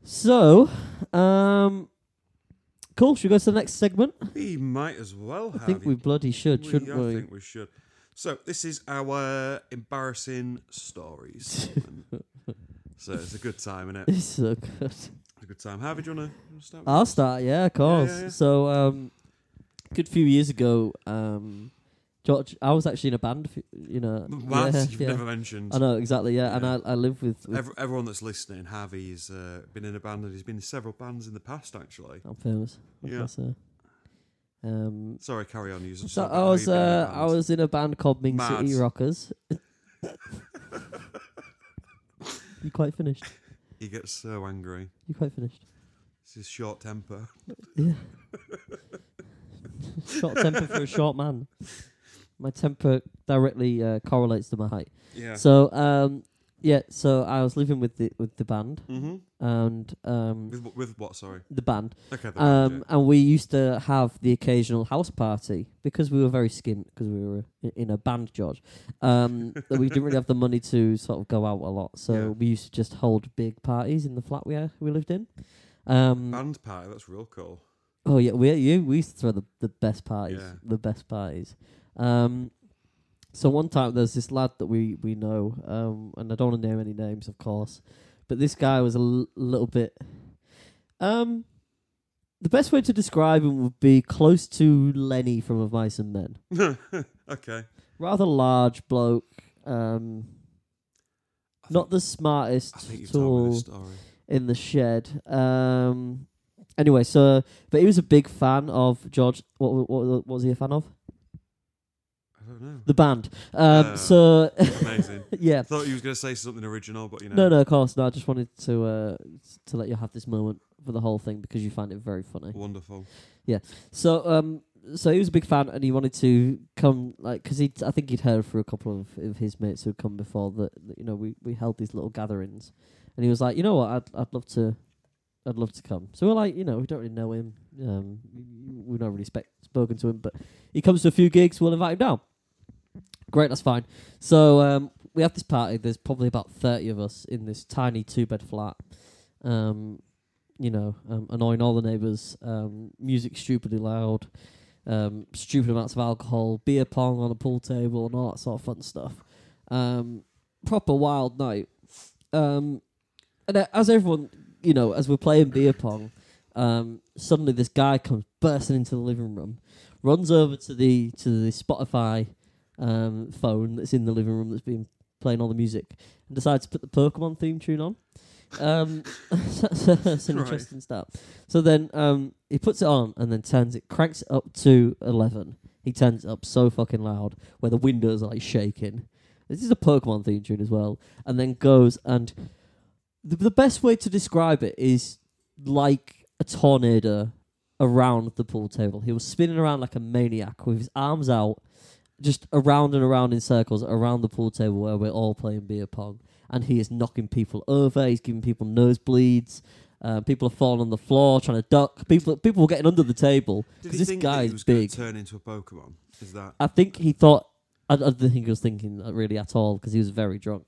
S1: So, um, cool. Should we go to the next segment?
S2: We might as well have.
S1: I think we bloody should,
S2: We-
S1: shouldn't
S2: I
S1: we?
S2: think we should. So this is our embarrassing stories. segment. so it's a good time, isn't it?
S1: It's so good.
S2: It's a good time. Harvey, do you want to start?
S1: I'll start. Yeah, of course.
S2: yeah.
S1: So, um, good few years ago, um, George, I was actually in a band. f- You know,
S2: Matt,
S1: yeah,
S2: you've
S1: yeah.
S2: never mentioned.
S1: I know exactly. Yeah, and
S2: Yeah.
S1: I I live with. with
S2: Ev- everyone that's listening, Harvey's uh, been in a band and he's been in several bands in the past, actually.
S1: I'm famous.
S2: Yeah.
S1: That's, uh, um,
S2: Sorry, carry on. You just
S1: So
S2: talking
S1: I
S2: about how
S1: was
S2: you've been in a
S1: uh, I
S2: band.
S1: was in a band called Ming
S2: Mad.
S1: City Rockers. you quite finished.
S2: He gets so angry.
S1: You quite finished.
S2: It's his short temper.
S1: Yeah. short temper for a short man. My temper directly uh, correlates to my height.
S2: Yeah.
S1: So um yeah, so I was living with the with the band
S2: mm-hmm.
S1: and um
S2: With, wh- with what? Sorry.
S1: the band
S2: Okay. The band,
S1: Um, and we used to have the occasional house party because we were very skint because we were i- in a band, George. Um, that we didn't really have the money to sort of go out a lot, so
S2: Yeah.
S1: we used to just hold big parties in the flat we had, we lived in.
S2: yeah.
S1: Um,
S2: band party. That's real cool.
S1: oh yeah, we you we used to throw the, the best parties,
S2: Yeah.
S1: the best parties. Um, so one time there's this lad that we we know, um, and I don't want to name any names, of course, but this guy was a l- little bit. Um, the best way to describe him would be close to Lenny from Of Mice and Men.
S2: okay.
S1: Rather large bloke, um,
S2: I
S1: not
S2: think-
S1: the smartest,
S2: I think you've told me
S1: tall
S2: this story.
S1: in the shed. Um, anyway, so but he was a big fan of George. What, what, what was he a fan of?
S2: I don't know.
S1: The band. Um,
S2: Oh.
S1: so
S2: Amazing.
S1: yeah,
S2: I thought you was going to say something original, but you know.
S1: No, no, of course. No, I just wanted to uh, s- to let you have this moment for the whole thing because you find it very funny.
S2: Wonderful.
S1: So, um, so he was a big fan, and he wanted to come, like, because he, I think he'd heard through a couple of, of his mates who'd come before that, that, you know, we, we held these little gatherings, and he was like, you know what, I'd I'd love to, I'd love to come. So we're like, you know, we don't really know him, um, we've not really spec spoken to him, but he comes to a few gigs, we'll invite him down. Great, that's fine. So um, we have this party. There's probably about thirty of us in this tiny two bed flat. Um, you know, um, annoying all the neighbours, um, music stupidly loud, um, stupid amounts of alcohol, beer pong on a pool table, and all that sort of fun stuff. Um, proper wild night. Um, and uh, as everyone, you know, as we're playing beer pong, um, suddenly this guy comes bursting into the living room, runs over to the to the Spotify um, phone that's in the living room that's been playing all the music, and decides to put the Pokemon theme tune on. Um, that's, that's an
S2: Right.
S1: interesting start. So then um, he puts it on and then turns it, cranks it up to eleven. He turns it up so fucking loud where the windows are like shaking. This is a Pokemon theme tune as well, and then goes and the, the best way to describe it is like a tornado around the pool table. He was spinning around like a maniac with his arms out, just around and around in circles around the pool table where we're all playing beer pong. And he is knocking people over. He's giving people nosebleeds. Uh, people are falling on the floor trying to duck. People, people were getting under the table
S2: Did
S1: 'cause
S2: he
S1: this
S2: think
S1: guy
S2: that he
S1: is
S2: was going
S1: big.
S2: to turn into a Pokemon? Is that?
S1: I think he thought. I, I don't think he was thinking that really at all because he was very drunk.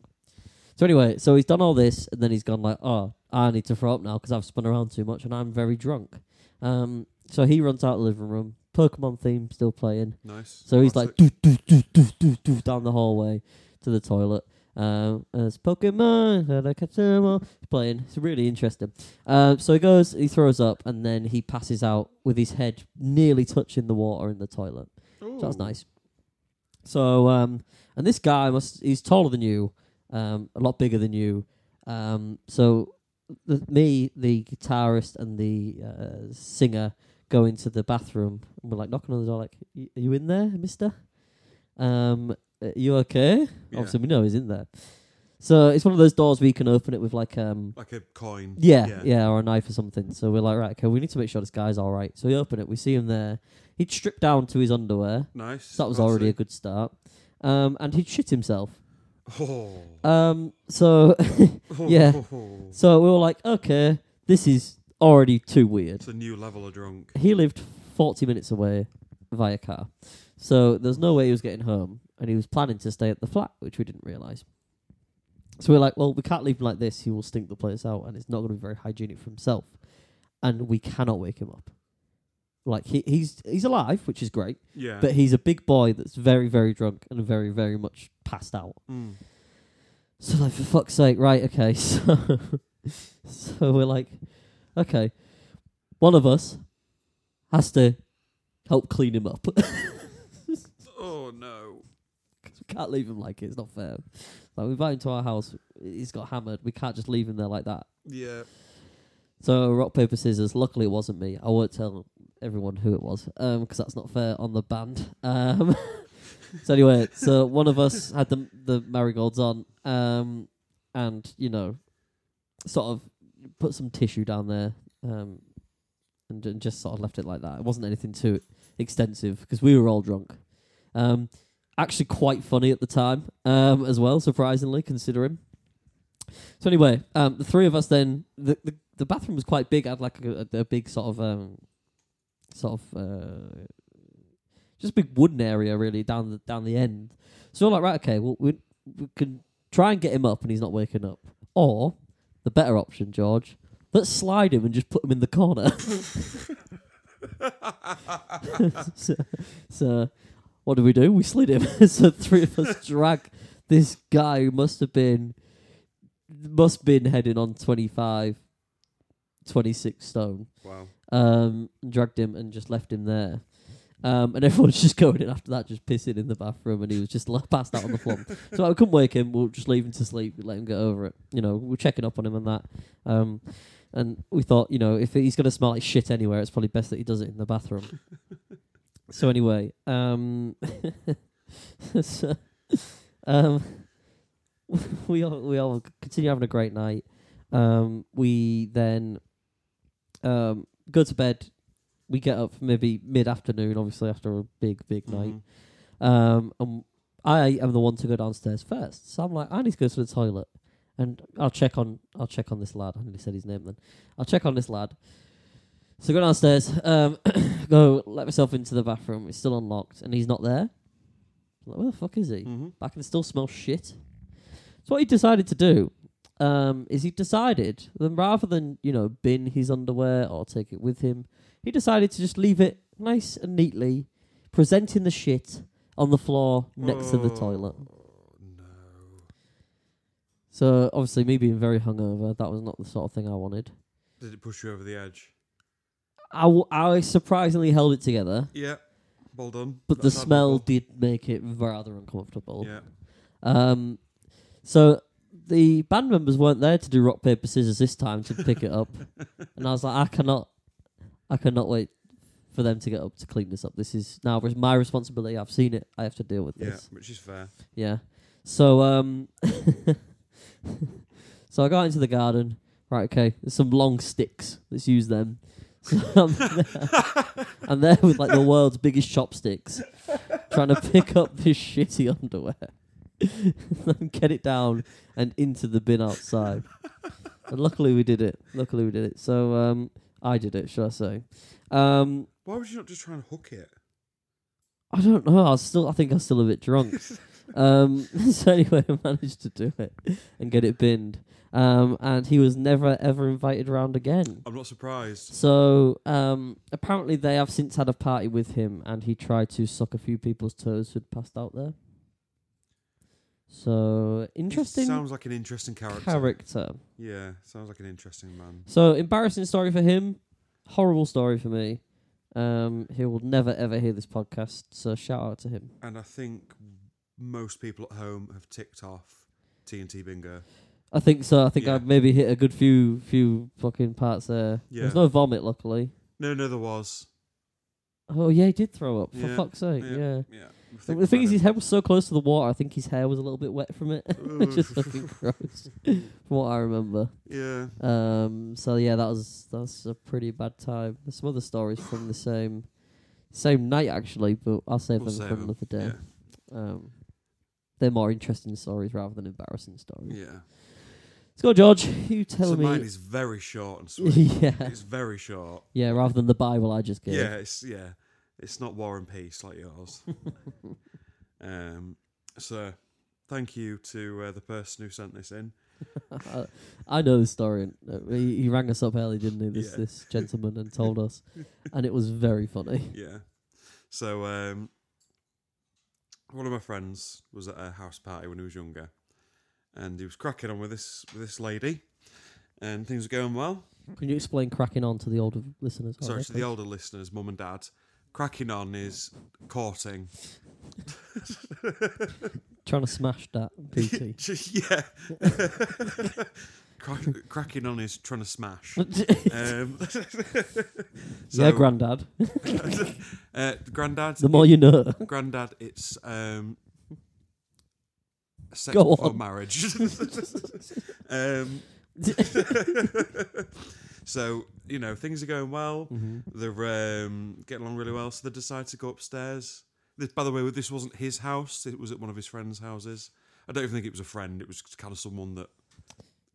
S1: So anyway, so he's done all this, and then he's gone like, "Oh, I need to throw up now because I've spun around too much and I'm very drunk." Um, so he runs out of the living room. Pokemon theme still playing.
S2: Nice.
S1: So he's like
S2: Classic.
S1: doo, doo, doo, doo, doo, doo, down the hallway to the toilet. Um, and it's Pokemon, gotta catch 'em all. He's playing. It's really interesting. Um, so he goes, he throws up, and then he passes out with his head nearly touching the water in the toilet. So that's
S2: Ooh.
S1: nice. So, um, and this guy must, he's taller than you, um, a lot bigger than you. Um, so, the, me, the guitarist, and the uh, singer go into the bathroom and we're like knocking on the door, like, "Y- Are you in there, mister? Um, are you okay?
S2: Yeah.
S1: Obviously, we know he's in there. So, it's one of those doors where you can open it with like, um,
S2: Like a coin.
S1: yeah, yeah, or a knife or something. So we're like, right, okay, we need to make sure this guy's all right. So we open it, we see him there. He'd stripped down to his underwear.
S2: Nice.
S1: So that was
S2: Classy.
S1: already a good start. Um, and he'd shit himself.
S2: Oh.
S1: Um, so yeah. so we were like, okay, this is already too weird.
S2: It's a new level of drunk.
S1: He lived 40 minutes away via car. So there's no way he was getting home. And he was planning to stay at the flat, which we didn't realise. So we're like, well, we can't leave him like this. He will stink the place out, and it's not going to be very hygienic for himself. And we cannot wake him up. Like he, he's he's alive, which is great,
S2: Yeah.
S1: but he's a big boy that's very very drunk and very very much passed out.
S2: Mm.
S1: So like for fuck's sake, right? Okay, so so we're like, okay, one of us has to help clean him up.
S2: Oh no.
S1: we can't leave him like it. It's not fair. Like we invite him to our house. He's got hammered. We can't just leave him there like that.
S2: Yeah.
S1: So rock paper scissors. Luckily, it wasn't me. I won't tell everyone who it was because that's not fair on the band. Um, so anyway, so one of us had the the marigolds on, um, and you know, sort of put some tissue down there, um, and, and just sort of left it like that. It wasn't anything too extensive because we were all drunk. Um, actually, quite funny at the time um, as well, surprisingly considering. So anyway, um, the three of us then the, the the bathroom was quite big. I had like a, a, a big sort of um, sort of uh, just big wooden area really down the down the end. So we're like, right, okay, well we we can try and get him up, and he's not waking up. Or the better option, George, let's slide him and just put him in the corner. so, so what do we do? We slid him. so three of us drag this guy who must have been must been heading on 25 26 stone
S2: Wow.
S1: um dragged him and just left him there um and everyone's just going in after that just pissing in the bathroom and he was just like, passed out on the floor so i couldn't wake him we'll just leave him to sleep let him get over it you know we're checking up on him and that um and we thought you know if he's going to smell like shit anywhere it's probably best that he does it in the bathroom so anyway um so, um we all we all continue having a great night um we then um go to bed we get up maybe mid afternoon obviously after a big big night
S2: Mhm.
S1: um, and I am the one to go downstairs first. So I'm like, I need to go to the toilet, and I'll check on I'll check on this lad. I nearly said his name then. I'll check on this lad. So go downstairs, um, go let myself into the bathroom. It's still unlocked, and he's not there. I'm like, where the fuck is he?
S2: Mhm.
S1: But I can still smell shit. So what he decided to do um, is he decided then rather than you know bin his underwear or take it with him, he decided to just leave it nice and neatly, presenting the shit on the floor next to the
S2: Oh,
S1: toilet.
S2: No.
S1: So obviously, me being very hungover, that was not the sort of thing I wanted.
S2: Did it push you over the edge?
S1: I, w- I surprisingly held it together,
S2: Yeah. Well done.
S1: but
S2: That's
S1: the smell
S2: admirable.
S1: did make it rather uncomfortable.
S2: Yeah.
S1: Um, so the band members weren't there to do rock paper scissors this time to pick it up, and I was like, I cannot, I cannot wait for them to get up to clean this up. This is now res- my responsibility. I've seen it. I have to deal with
S2: Yeah,
S1: this.
S2: which is fair.
S1: Yeah. So um, so I got into the garden. Right. Okay. There's some long sticks. Let's use them. So I'm there, I'm there with like the world's biggest chopsticks, trying to pick up this shitty underwear, and get it down and into the bin outside. And luckily we did it. Luckily we did it. So um, I did it. Should I say? Um,
S2: Why would you not just try and hook it?
S1: I don't know. I was still. I think I was still a bit drunk. um, so anyway, I managed to do it and get it binned. Um, and he was never ever invited round again.
S2: I'm not surprised.
S1: So um, apparently, they have since had a party with him, and he tried to suck a few people's toes who'd passed out there. So interesting
S2: Sounds like an interesting character.
S1: character.
S2: Yeah, sounds like an interesting man.
S1: So embarrassing story for him, horrible story for me. Um, he will never ever hear this podcast. So shout out to him.
S2: And I think most people at home have ticked off TNT bingo.
S1: I think so. I think
S2: Yeah.
S1: I've maybe hit a good few few fucking parts there. There's
S2: Yeah.
S1: no vomit, luckily.
S2: No, no, there was.
S1: Oh yeah, he did throw up. For
S2: Yeah,
S1: fuck's sake,
S2: yeah,
S1: yeah.
S2: Yeah. I
S1: The-
S2: think
S1: The thing
S2: we've
S1: is, his
S2: had
S1: head was so close to the water. I think his hair was a little bit wet from it. It's just fucking gross, from what I remember.
S2: it.
S1: Um. So yeah, that was that was a pretty bad time. There's some other stories from the same same night actually, but I'll save
S2: We'll
S1: them
S2: save
S1: for
S2: 'em,
S1: another
S2: Yeah.
S1: day. Um. They're more interesting stories rather than embarrassing stories.
S2: Yeah. yeah.
S1: Let's go, George. You tell
S2: so
S1: me.
S2: mine is very short and sweet.
S1: yeah.
S2: It's very short.
S1: Yeah, rather than the Bible I just gave.
S2: Yeah, it's yeah, it's not War and Peace like yours. um, so Thank you to uh, the person who sent this in.
S1: I- I know the story. and, uh, He, he rang us up early, didn't he? This
S2: Yeah.
S1: this gentleman and told us, and it was very funny.
S2: Yeah. So um, one of my friends was at a house party when he was younger, and he was cracking on with this with this lady, and things were going well.
S1: Can you explain cracking on to the older listeners?
S2: Sorry
S1: Harry,
S2: to the
S1: please?
S2: older listeners, mum and dad. Cracking on is courting.
S1: Trying to smash that PT.
S2: Just- yeah. Crack, cracking on is trying to smash. Um,
S1: yeah,
S2: so,
S1: granddad.
S2: uh, granddad.
S1: The more you know.
S2: Grandad, it's um, sex
S1: Go
S2: before
S1: on.
S2: marriage. um, so you know things are going well. They're um, getting along really well. So they decide to go upstairs. This, by the way, this wasn't his house. It was at one of his friends' houses. I don't even think it was a friend. It was kind of someone that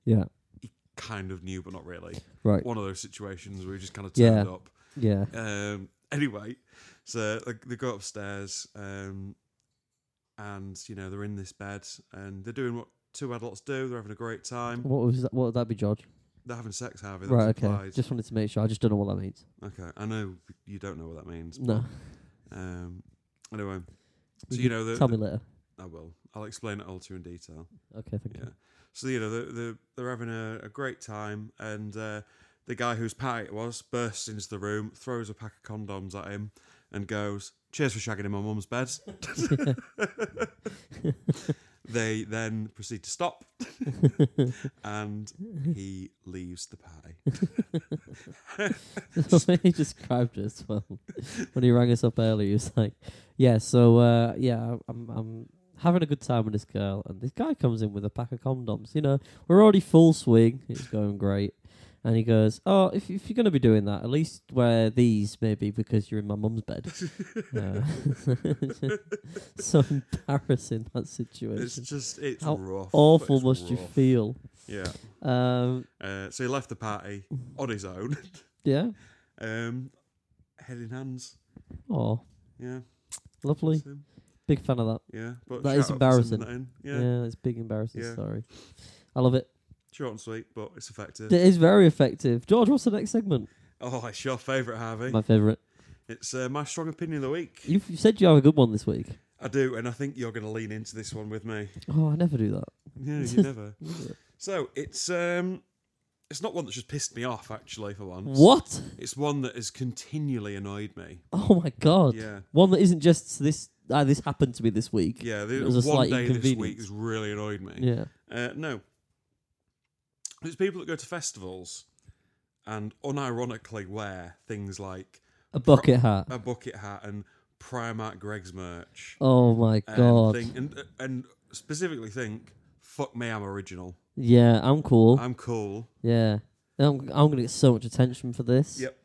S1: yeah.
S2: he kind of knew, but not really.
S1: Right.
S2: One of those situations where he just kind of
S1: Yeah.
S2: turned up.
S1: Yeah.
S2: Um, anyway, so like, they go upstairs, um, and you know they're in this bed, and they're doing what two adults do. They're having a great time.
S1: What was that? What would that be, George?
S2: They're having sex, Harvey. That's
S1: Right. Okay.
S2: implied.
S1: Just wanted to make sure. I just don't know what that means.
S2: okay. I know you don't know what that means.
S1: No.
S2: Um, anyway,
S1: You
S2: so you
S1: can
S2: know the,
S1: Tell me later.
S2: I will. I'll explain it all to you in detail.
S1: Okay. Thank
S2: Yeah. So you know they're they're, they're having a, a great time, and uh, the guy whose party it was bursts into the room, throws a pack of condoms at him, and goes, "Cheers for shagging in my mum's bed." they then proceed to stop, and he leaves the party.
S1: you. That's the way he described it as well. when he rang us up earlier, he was like, "Yeah, so uh, yeah, I'm, I'm having a good time with this girl, and this guy comes in with a pack of condoms. You know, we're already full swing. It's going great." And he goes, "Oh, if, if you're going to be doing that, at least wear these, maybe, because you're in my mum's bed." Uh, so embarrassing that situation.
S2: It's just it's
S1: How
S2: rough.
S1: Awful
S2: it's
S1: must you
S2: rough.
S1: feel?
S2: Yeah.
S1: Um,
S2: Uh, so he left the party on his own,
S1: yeah.
S2: um, head in hands.
S1: Oh,
S2: Yeah.
S1: lovely.
S2: that's him.
S1: Big fan of that.
S2: Yeah, but
S1: That is
S2: shout out for
S1: embarrassing.
S2: sending that in.
S1: Yeah,
S2: Yeah.
S1: it's big embarrassing
S2: Yeah.
S1: story. I love it.
S2: short and sweet, but it's effective.
S1: It is very effective. George, what's the next segment?
S2: oh, it's your favourite, Harvey.
S1: My favourite.
S2: it's uh, my strong opinion of the week.
S1: You've you said you have a good one this week.
S2: I do, and I think you're going to lean into this one with me.
S1: Oh, I never do that.
S2: Yeah, you never.
S1: Never.
S2: So it's um, it's not one that's just pissed me off actually for once.
S1: What?
S2: It's one that has continually annoyed me.
S1: Oh my god.
S2: Yeah.
S1: One that isn't just this. Ah, this happened to me this week.
S2: Yeah,
S1: It
S2: the,
S1: was a
S2: one
S1: slight
S2: day this week
S1: inconvenience.
S2: has really annoyed me.
S1: Yeah.
S2: Uh, no. There's people that go to festivals and unironically wear things like
S1: A bucket hat.
S2: a bucket hat and Primark Greg's merch.
S1: Oh my
S2: and
S1: god.
S2: think- and, and specifically think, fuck me, I'm original.
S1: Yeah, I'm cool.
S2: I'm cool.
S1: yeah. I'm, I'm gonna get so much attention for this.
S2: Yep.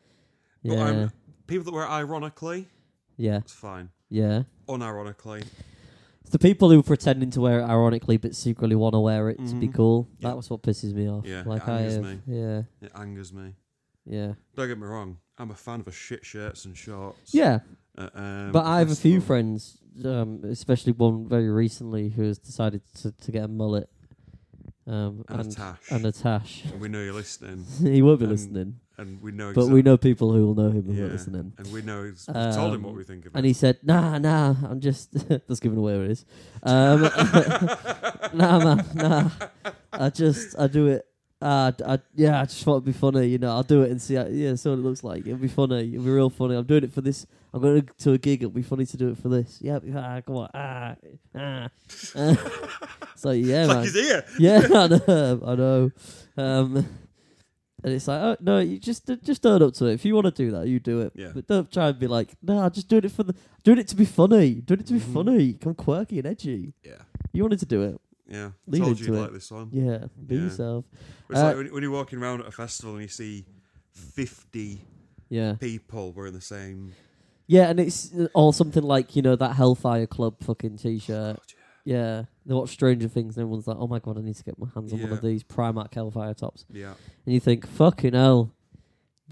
S2: But
S1: Yeah.
S2: I'm, people that wear it ironically,
S1: yeah.
S2: it's fine.
S1: Yeah.
S2: Unironically,
S1: It's the people who are pretending to wear it ironically but secretly want to wear it to be
S2: Mhm.
S1: cool.
S2: Yeah.
S1: That was what pisses me off.
S2: Yeah, it
S1: like I
S2: angers
S1: have,
S2: me.
S1: yeah,
S2: it angers me.
S1: yeah,
S2: Don't get me wrong, I'm a fan of a shit shirts and shorts.
S1: yeah.
S2: at, um,
S1: but I have a few
S2: festival.
S1: friends, um, especially one very recently who has decided to, to get a mullet um,
S2: And,
S1: and
S2: a tash.
S1: and a tash.
S2: And we know you're listening,
S1: he won't be
S2: And-
S1: listening,
S2: and we know.
S1: but
S2: exact-
S1: we know people who will know him and
S2: Yeah.
S1: will listening.
S2: And we know. He's, we told him what
S1: Um,
S2: we think of
S1: And
S2: it.
S1: he said, "Nah, nah, I'm just that's giving away what it is. Um, nah, man, nah. I just I do it. Uh, d- I, yeah, I just thought it'd be funny, you know. I'll do it and see. How, yeah, see what it looks like. It'll be funny. It'll be real funny. I'm doing it for this. I'm going to a gig. It'll be funny to do it for this. Yeah, ah, come on. Ah, ah. so yeah,
S2: It's like
S1: man.
S2: he's here.
S1: Yeah, I know. I know. Um, and it's like, oh no, you just just own up to it. If you want to do that, you do it.
S2: Yeah.
S1: But don't try and be like, no, nah, I'm just doing it for the doing it to be funny. Doing it to be
S2: Mhm.
S1: funny. Come quirky and edgy.
S2: Yeah.
S1: You wanted to do it.
S2: Yeah.
S1: Lean
S2: told
S1: into
S2: you
S1: it.
S2: would like this one.
S1: Yeah. Be
S2: Yeah.
S1: yourself.
S2: It's
S1: Uh,
S2: like when, when you're walking around at a festival and you see 50
S1: Yeah.
S2: people wearing the same.
S1: Yeah, and it's uh, or something like you know that Hellfire Club fucking t-shirt. Yeah. They watch Stranger Things and everyone's like, oh my god, I need to get my hands on one
S2: Yeah.
S1: of these Primark Hellfire tops.
S2: Yeah.
S1: and you think, fucking hell.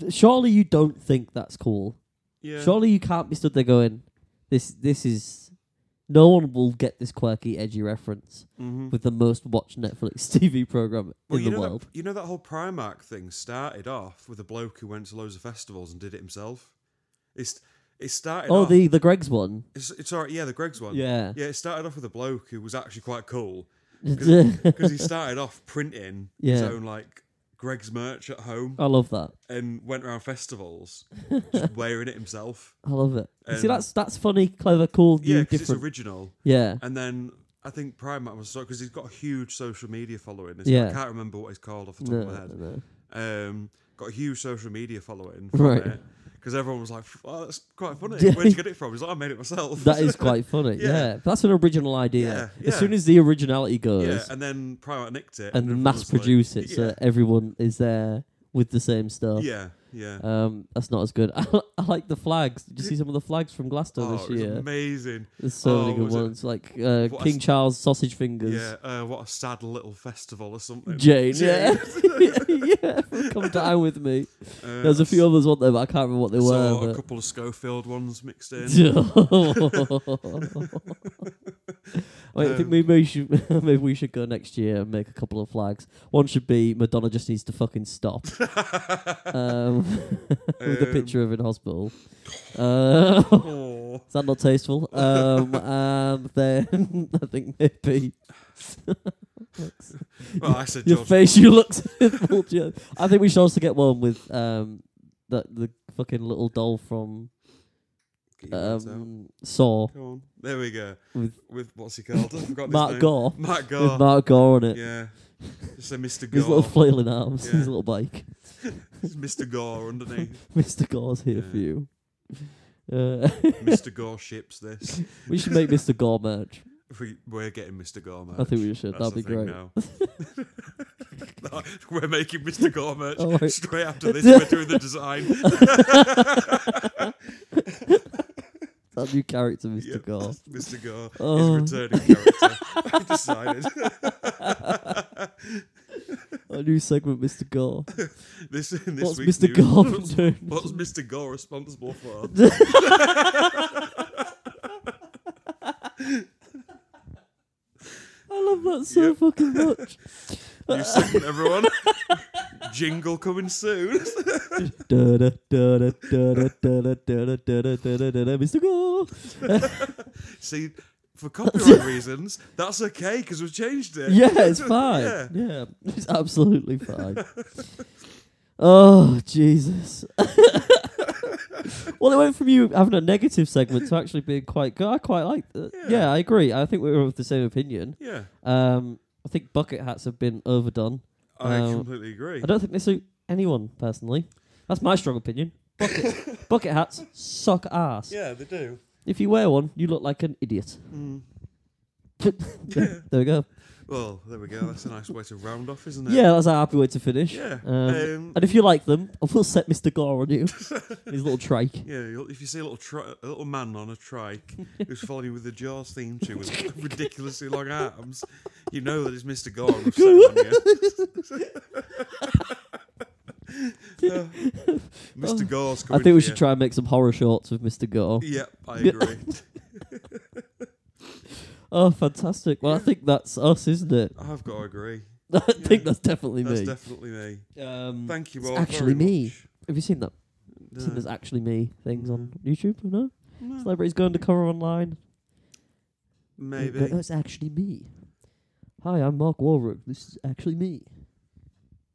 S1: Surely you don't think that's cool.
S2: Yeah.
S1: Surely you can't be stood there going, this this is no one will get this quirky, edgy reference
S2: Mm-hmm.
S1: with the most watched Netflix TV program in
S2: you
S1: the
S2: know
S1: world.
S2: That, you know that whole Primark thing started off with a bloke who went to loads of festivals and did it himself. It's it started.
S1: Oh,
S2: off,
S1: the the Greg's one.
S2: it's, it's all right. Yeah, the Greg's one.
S1: Yeah.
S2: yeah. It started off with a bloke who was actually quite cool because he started off printing his
S1: Yeah.
S2: own like Greg's merch at home
S1: I love that.
S2: and went around festivals just wearing it himself.
S1: I love it. You See,
S2: Um,
S1: that's that's funny, clever, cool, new,
S2: Yeah, because it's
S1: different.
S2: original.
S1: yeah,
S2: And then I think Primark was because he's got a huge social media following. It's- I
S1: Yeah.
S2: can't remember what he's called off the top
S1: no,
S2: of my
S1: no,
S2: head.
S1: no.
S2: um, got a huge social media following from
S1: Right.
S2: it because everyone was like, "Oh, that's quite funny.
S1: Yeah.
S2: Where'd you get it from?" He's like, "I made it myself."
S1: that is quite funny.
S2: Yeah.
S1: yeah. that's an original idea.
S2: Yeah, yeah.
S1: As soon as the originality goes,
S2: yeah. And then Primark nicked it
S1: and
S2: everyone
S1: mass
S2: was like-
S1: produce it
S2: yeah.
S1: so that everyone is there with the same stuff.
S2: yeah, yeah.
S1: Um, that's not as good. I, like the flags. Did you see some of the flags from Glasgow
S2: oh,
S1: this
S2: it was
S1: year?
S2: amazing.
S1: There's so
S2: Oh,
S1: many good
S2: was it-
S1: ones, like uh,
S2: What I
S1: King
S2: s-
S1: Charles sausage fingers.
S2: Yeah, uh, what a sad little festival or something.
S1: Jane, yeah, yeah, come down with me.
S2: Uh,
S1: There's a few
S2: I
S1: others, weren't there? But I can't remember what they
S2: saw
S1: were.
S2: a
S1: but-
S2: couple of Schofield ones mixed in.
S1: Wait, I think
S2: Um,
S1: maybe we should maybe we should go next year and make a couple of flags. One should be Madonna just needs to fucking stop. um, with a
S2: Um,
S1: picture of in hospital. Uh,
S2: Aw.
S1: is that not tasteful? Um, and then I think maybe
S2: Well, I said
S1: your
S2: George.
S1: face you look simple. Jo- I think we should also get one with um the the fucking little doll from
S2: Get your words out.
S1: um Saw
S2: Come on. There we go. With,
S1: With-
S2: what's he called? I forgot his
S1: Mark
S2: name.
S1: Gore
S2: Mark Gore.
S1: with Mark Gore on it.
S2: Yeah. Just a Mr.
S1: His little
S2: Gore.
S1: flailing arms,
S2: Yeah.
S1: his little bike.
S2: It's Mr. Gore underneath.
S1: Mr. Gore's here for
S2: Yeah.
S1: you. Uh,
S2: Mr. Gore ships this.
S1: we should make Mr. Gore merch.
S2: If we, we're getting Mr. Gore merch.
S1: I think we should.
S2: That's
S1: That'd
S2: the
S1: be
S2: thing
S1: great.
S2: now. No, we're making Mr. Gore merch
S1: Oh, right.
S2: straight after this. We're doing the design.
S1: That new character, Mr.
S2: Yeah,
S1: Gore.
S2: Mr. Gore
S1: Oh.
S2: is a returning character. I decided.
S1: Our new segment, Mr. Gore.
S2: This, this
S1: What's
S2: week's
S1: Mr.
S2: news-
S1: Gore been doing?
S2: What's Mr. Gore responsible for?
S1: I love that so
S2: Yep.
S1: fucking much.
S2: New segment, everyone. Jingle coming soon.
S1: Da da da da da da da da da da da da da da da, Mr. Gore.
S2: See, for copyright reasons, that's okay because we've changed it.
S1: Yeah, it's fine.
S2: Yeah.
S1: Yeah. it's absolutely fine. oh Jesus! well, it went from you having a negative segment to actually being quite good. I quite like that.
S2: Yeah.
S1: Yeah. I agree. I think we were of the same opinion.
S2: Yeah,
S1: Um, I think bucket hats have been overdone.
S2: I
S1: Um,
S2: completely agree.
S1: I don't think they suit anyone personally. That's my strong opinion. Bucket, bucket hats suck ass.
S2: Yeah, they do.
S1: If you wear one, you look like an idiot.
S2: Mm.
S1: there we go.
S2: Well, there we go. That's a nice way to round off, isn't it?
S1: Yeah, that's a happy way to finish.
S2: Yeah.
S1: Um,
S2: Um,
S1: and if you like them, I will set Mr. Gore on you. His little trike.
S2: yeah, you'll- if you see a little tri- a little man on a trike who's following you with the Jaws theme tune with ridiculously long arms, you know that it's Mr. Gore. We've set on you. Uh, Mr. Gore's
S1: Oh, I
S2: coming.
S1: think we
S2: for
S1: should
S2: you.
S1: try and make some horror shorts with Mr. Gore.
S2: Yeah, I agree.
S1: Oh, fantastic. Well, I think that's us, isn't it?
S2: I've got to agree.
S1: I think that's definitely
S2: That's
S1: me.
S2: definitely me.
S1: um,
S2: Thank you
S1: it's
S2: all.
S1: actually
S2: very
S1: me.
S2: much.
S1: Have you seen that? Seen
S2: No.
S1: there's actually me things on YouTube? No?
S2: No,
S1: Celebrities going to cover online. They've
S2: Maybe.
S1: got- "Oh, it's actually me. Hi, I'm Mark Walrook. This is actually me.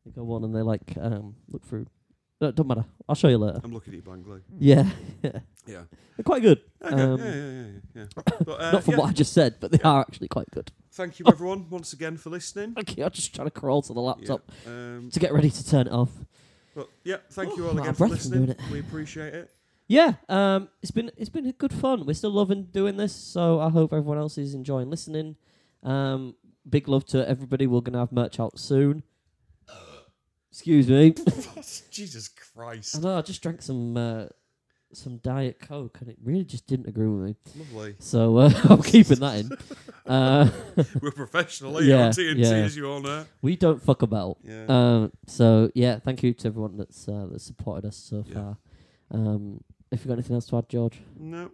S1: They go on and they like um, look through. No, don't matter. I'll show you later.
S2: I'm looking at you blankly.
S1: Yeah, yeah.
S2: Yeah.
S1: They're quite good.
S2: Okay.
S1: Um,
S2: yeah, yeah, yeah, yeah. yeah. But, uh,
S1: Not from
S2: yeah,
S1: what I just said, but they are actually quite good.
S2: Thank you, everyone, once again for listening.
S1: Okay, I'm just trying to crawl to the
S2: Yeah.
S1: laptop
S2: Um,
S1: to get ready to turn it off.
S2: but yeah, thank you
S1: Oh,
S2: all
S1: I'm
S2: again
S1: out of
S2: for
S1: breath from doing
S2: listening. We appreciate it.
S1: Yeah, um, it's been it's been good fun. We're still loving doing this, so I hope everyone else is enjoying listening. Um, big love to everybody. We're gonna have merch out soon. Excuse me.
S2: Jesus
S1: I
S2: Christ.
S1: know. I just drank some uh, some diet coke, and it really just didn't agree with me.
S2: Lovely.
S1: So uh, I'm keeping that in. Uh,
S2: We're professional eh? here
S1: Yeah,
S2: on TNT,
S1: yeah.
S2: as you all know.
S1: we don't fuck about.
S2: Yeah.
S1: Um, so yeah, thank you to everyone that's uh, that's supported us so
S2: Yeah.
S1: far. Um, if you got anything else to add, George.
S2: no.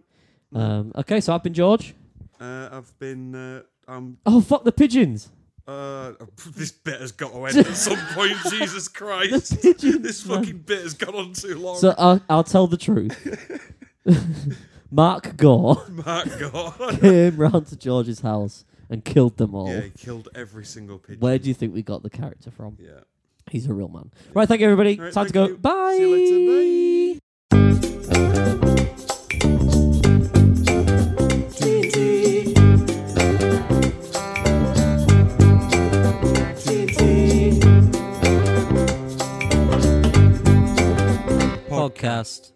S1: Um, okay, so I've been George.
S2: Uh, I've been. Uh, I'm.
S1: Oh fuck the pigeons!
S2: Uh, this bit has got to end at some point. Jesus Christ!
S1: pigeons,
S2: This
S1: man.
S2: fucking bit has gone on too long.
S1: So I'll, I'll tell the truth. Mark Gore
S2: My God.
S1: came round to George's house and killed them all.
S2: Yeah, he killed every single pigeon.
S1: Where do you think we got the character from?
S2: Yeah.
S1: He's a real man. Right, thank you, everybody.
S2: Right,
S1: Time to
S2: thank
S1: go.
S2: you.
S1: Bye.
S2: See you later.
S1: Bye. Podcast.